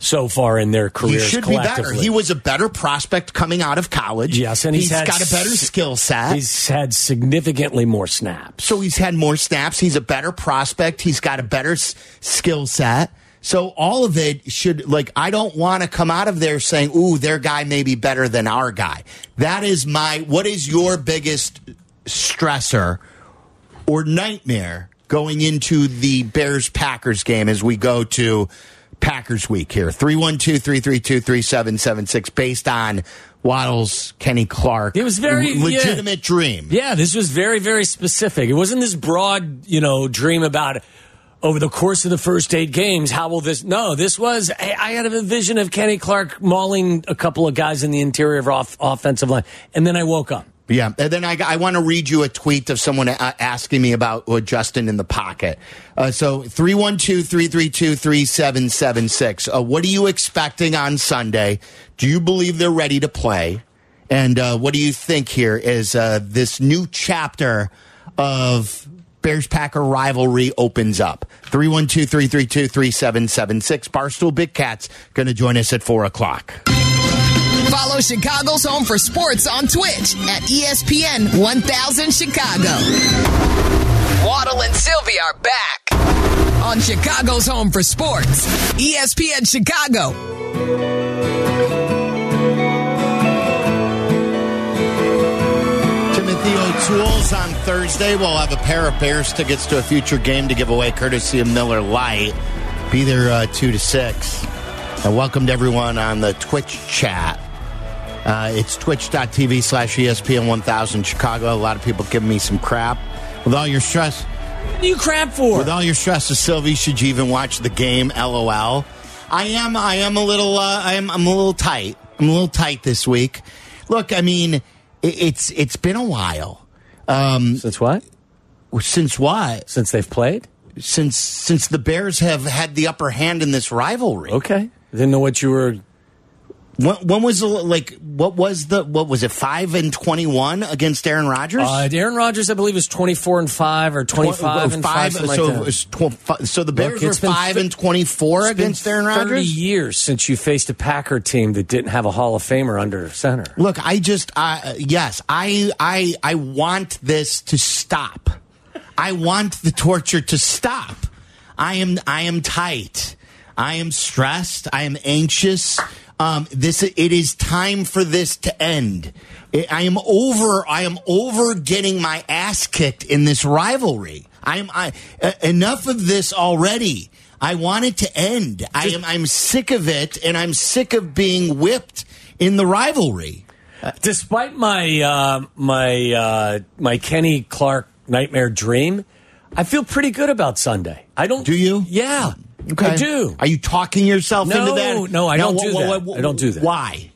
Speaker 1: so far in their
Speaker 4: He
Speaker 1: careers.
Speaker 4: should be better.
Speaker 1: collectively.
Speaker 4: He was a better prospect coming out of college.
Speaker 1: yes, and he's,
Speaker 4: he's
Speaker 1: had
Speaker 4: got a better
Speaker 1: s-
Speaker 4: skill set.
Speaker 1: He's had significantly more snaps.
Speaker 4: So he's had more snaps. He's a better prospect. He's got a better s- skill set. So all of it should like I don't want to come out of there saying, "Ooh, their guy may be better than our guy." That is my what is your biggest stressor or nightmare going into the Bears Packers game as we go to Packers week here. 312-332-3776 based on Waddle's Kenny Clark.
Speaker 1: It was very-
Speaker 4: le- legitimate dream.
Speaker 1: Yeah, this was very, very specific. It wasn't this broad, you know, dream about over the course of the first eight games, how will this? No, this was, I I had a vision of Kenny Clark mauling a couple of guys in the interior of off, offensive line. And then I woke up.
Speaker 4: Yeah, and then I, I want to read you a tweet of someone uh, asking me about uh, Justin in the pocket. Uh, so 312-332-3776. Uh, what are you expecting on Sunday? Do you believe they're ready to play? And uh, what do you think here is uh, this new chapter of Bears Packer rivalry opens up? 312-332-3776. Barstool Big Cat's going to join us at 4 o'clock.
Speaker 7: Follow Chicago's Home for Sports on Twitch at E ESPN 1000 Chicago. Waddle and Sylvie are back on Chicago's Home for Sports, E ESPN Chicago.
Speaker 4: Timothy O'Toole's on Thursday. We'll have a pair of Bears tickets to a future game to give away, courtesy of Miller Lite. Be there uh, two to six. And welcome to everyone on the Twitch chat. Uh, it's E twitch.tv slash ESPN 1000 Chicago. A lot of people giving me some crap. With all your stress,
Speaker 1: you crap for?
Speaker 4: With all your stress of Sylvie, should you even watch the game? LOL. I am. I am a little. Uh, I am. I'm a little tight. I'm a little tight this week. Look, I mean, it, it's it's been a while um,
Speaker 1: Since what?
Speaker 4: since what?
Speaker 1: Since they've played?
Speaker 4: Since since the Bears have had the upper hand in this rivalry.
Speaker 1: Okay. Didn't know what you were.
Speaker 4: When, when was the like? What was the? What was it? Five and twenty-one against Aaron Rodgers.
Speaker 1: Uh, Aaron Rodgers, I believe, is 24 and 5 or 25
Speaker 4: Tw- oh,
Speaker 1: and 5.
Speaker 4: so
Speaker 1: something like that.
Speaker 4: it's tw- fi- so the Bears
Speaker 1: it's
Speaker 4: were
Speaker 1: been
Speaker 4: five
Speaker 1: thir-
Speaker 4: and twenty-four
Speaker 1: It's been
Speaker 4: against Aaron
Speaker 1: 30
Speaker 4: Rodgers.
Speaker 1: years since you faced a Packer team that didn't have a Hall of Famer under center.
Speaker 4: Look, I just, uh, yes, I, I, I want this to stop. I want the torture to stop. I am, I am tight. I am stressed. I am anxious. Um, this, it is time for this to end. I I am over. I am over getting my ass kicked in this rivalry. I am. I uh, enough of this already. I want it to end. I am. I'm sick of it, and I'm sick of being whipped in the rivalry.
Speaker 1: Despite my uh, my uh, my Kenny Clark nightmare dream, I feel pretty good about Sunday. I don't.
Speaker 4: Do you?
Speaker 1: Yeah, I do.
Speaker 4: Are you talking yourself
Speaker 1: No,
Speaker 4: into that?
Speaker 1: no, I
Speaker 4: Now,
Speaker 1: don't do
Speaker 4: wh- wh-
Speaker 1: that.
Speaker 4: wh-
Speaker 1: I don't do that.
Speaker 4: Why?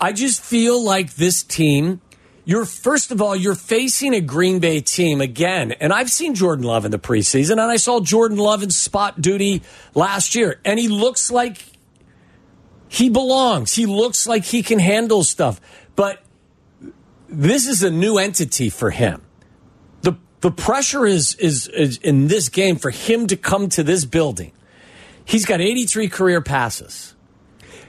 Speaker 1: I just feel like this team. You're first of all, you're facing a Green Bay team again, and I've seen Jordan Love in the preseason, and I saw Jordan Love in spot duty last year, and he looks like he belongs. He looks like he can handle stuff, but this is a new entity for him. the The pressure is is, is in this game for him to come to this building. He's got 83 career passes.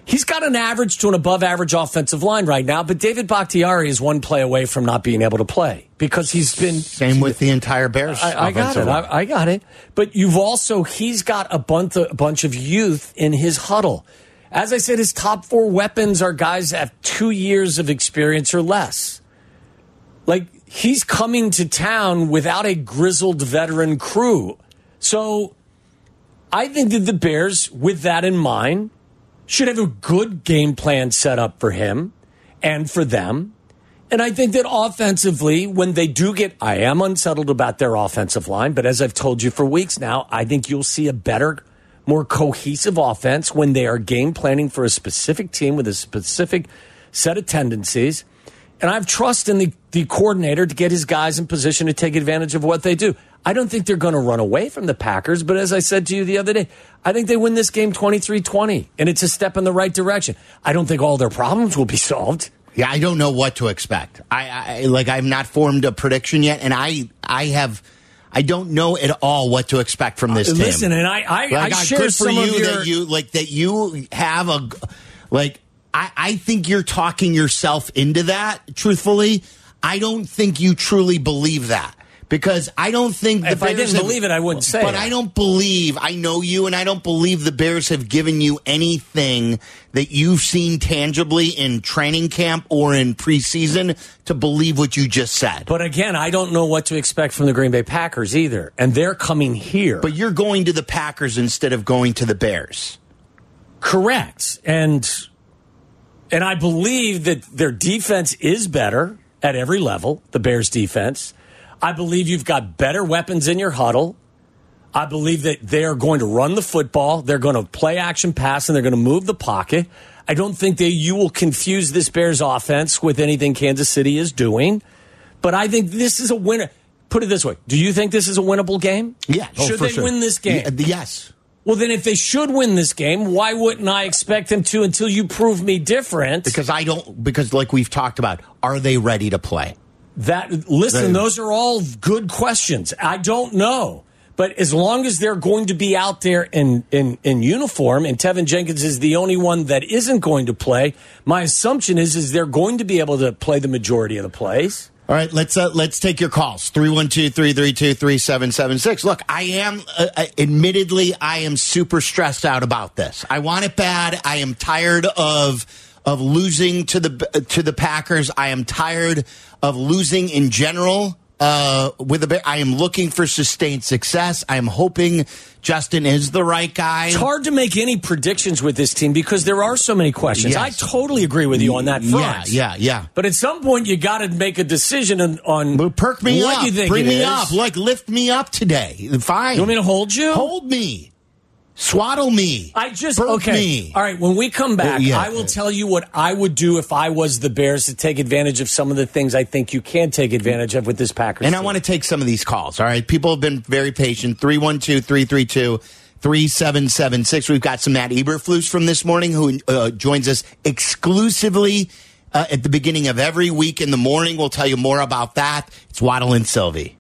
Speaker 1: He's got an average to an above average offensive line right now, but David Bakhtiari is one play away from not being able to play because he's been.
Speaker 4: Same with the entire Bears.
Speaker 1: I, I got
Speaker 4: offensive
Speaker 1: it.
Speaker 4: line.
Speaker 1: I, I got it. But you've also, he's got a bunch, of, a bunch of youth in his huddle. As I said, his top four weapons are guys that have two years of experience or less. Like, he's coming to town without a grizzled veteran crew. So I think that the Bears, with that in mind, should have a good game plan set up for him and for them. And I think that offensively, when they do get, I am unsettled about their offensive line, but as I've told you for weeks now, I think you'll see a better, more cohesive offense when they are game planning for a specific team with a specific set of tendencies. And I have trust in the, the coordinator to get his guys in position to take advantage of what they do. I don't think they're going to run away from the Packers, but as I said to you the other day, I think they win this game 23 20, and it's a step in the right direction. I don't think all their problems will be solved.
Speaker 4: Yeah, I don't know what to expect. I, I like I've not formed a prediction yet, and I I have I don't know at all what to expect from this team.
Speaker 1: Uh, Listen, and I, I,
Speaker 4: Like,
Speaker 1: I
Speaker 4: uh,
Speaker 1: share
Speaker 4: good for
Speaker 1: some
Speaker 4: you
Speaker 1: of your.
Speaker 4: that you like that you have a g- like. I, I think you're talking yourself into that. Truthfully, I don't think you truly believe that because I don't think the
Speaker 1: If I
Speaker 4: Bears
Speaker 1: didn't
Speaker 4: have-
Speaker 1: believe it, I wouldn't say
Speaker 4: But
Speaker 1: it.
Speaker 4: I don't believe I know you, and I don't believe the Bears have given you anything that you've seen tangibly in training camp or in preseason to believe what you just said.
Speaker 1: but again, I don't know what to expect from the Green Bay Packers either, and they're coming here.
Speaker 4: but you're going to the Packers instead of going to the Bears.
Speaker 1: Correct. And and I believe that their defense is better at every level, the Bears defense. I believe you've got better weapons in your huddle. I believe that they are going to run the football, they're going to play action pass and they're going to move the pocket. I don't think that you will confuse this Bears offense with anything Kansas City is doing. But I think this is a winner. Put it this way. Do you think this is a winnable game?
Speaker 4: Yeah, oh,
Speaker 1: Should
Speaker 4: for
Speaker 1: they
Speaker 4: sure.
Speaker 1: win this game?
Speaker 4: Y- uh, yes.
Speaker 1: Well, then, if they should win this game, why wouldn't I expect them to until you prove me different?
Speaker 4: because I don't because like we've talked about, are they ready to play?
Speaker 1: that listen,
Speaker 4: They-
Speaker 1: those are all good questions. I don't know, but as long as they're going to be out there in in in uniform, and Tevin Jenkins is the only one that isn't going to play, my assumption is is they're going to be able to play the majority of the plays.
Speaker 4: All right, let's uh, let's take your calls. 312-332-3776. Look, I am uh, uh, admittedly I am super stressed out about this. I want it bad. I am tired of of uh, losing to the to the Packers. I am tired of losing in general uh, with the Bear. I am looking for sustained success. I am hoping Justin is the right guy.
Speaker 1: It's hard to make any predictions with this team because there are so many questions.
Speaker 4: Yes.
Speaker 1: I totally agree with you on that front.
Speaker 4: Yeah, yeah, yeah.
Speaker 1: But at some point, you got to make a decision on, on
Speaker 4: Well, perk me
Speaker 1: what
Speaker 4: up.
Speaker 1: you think
Speaker 4: Bring
Speaker 1: it
Speaker 4: me
Speaker 1: is.
Speaker 4: up. Like lift me up today. Fine.
Speaker 1: You want me to hold you?
Speaker 4: hold me? Swaddle me.
Speaker 1: I just
Speaker 4: Burp
Speaker 1: okay.
Speaker 4: me.
Speaker 1: All right. When we come back,
Speaker 4: Uh, yeah.
Speaker 1: I will tell you what I would do if I was the Bears to take advantage of some of the things I think you can take advantage of with this Packers.
Speaker 4: And I
Speaker 1: team.
Speaker 4: want to take some of these calls. All right. People have been very patient. 312 332 3776. We've got some Matt Eberflus from this morning who uh, joins us exclusively uh, at the beginning of every week in the morning. We'll tell you more about that. It's Waddle and Sylvie.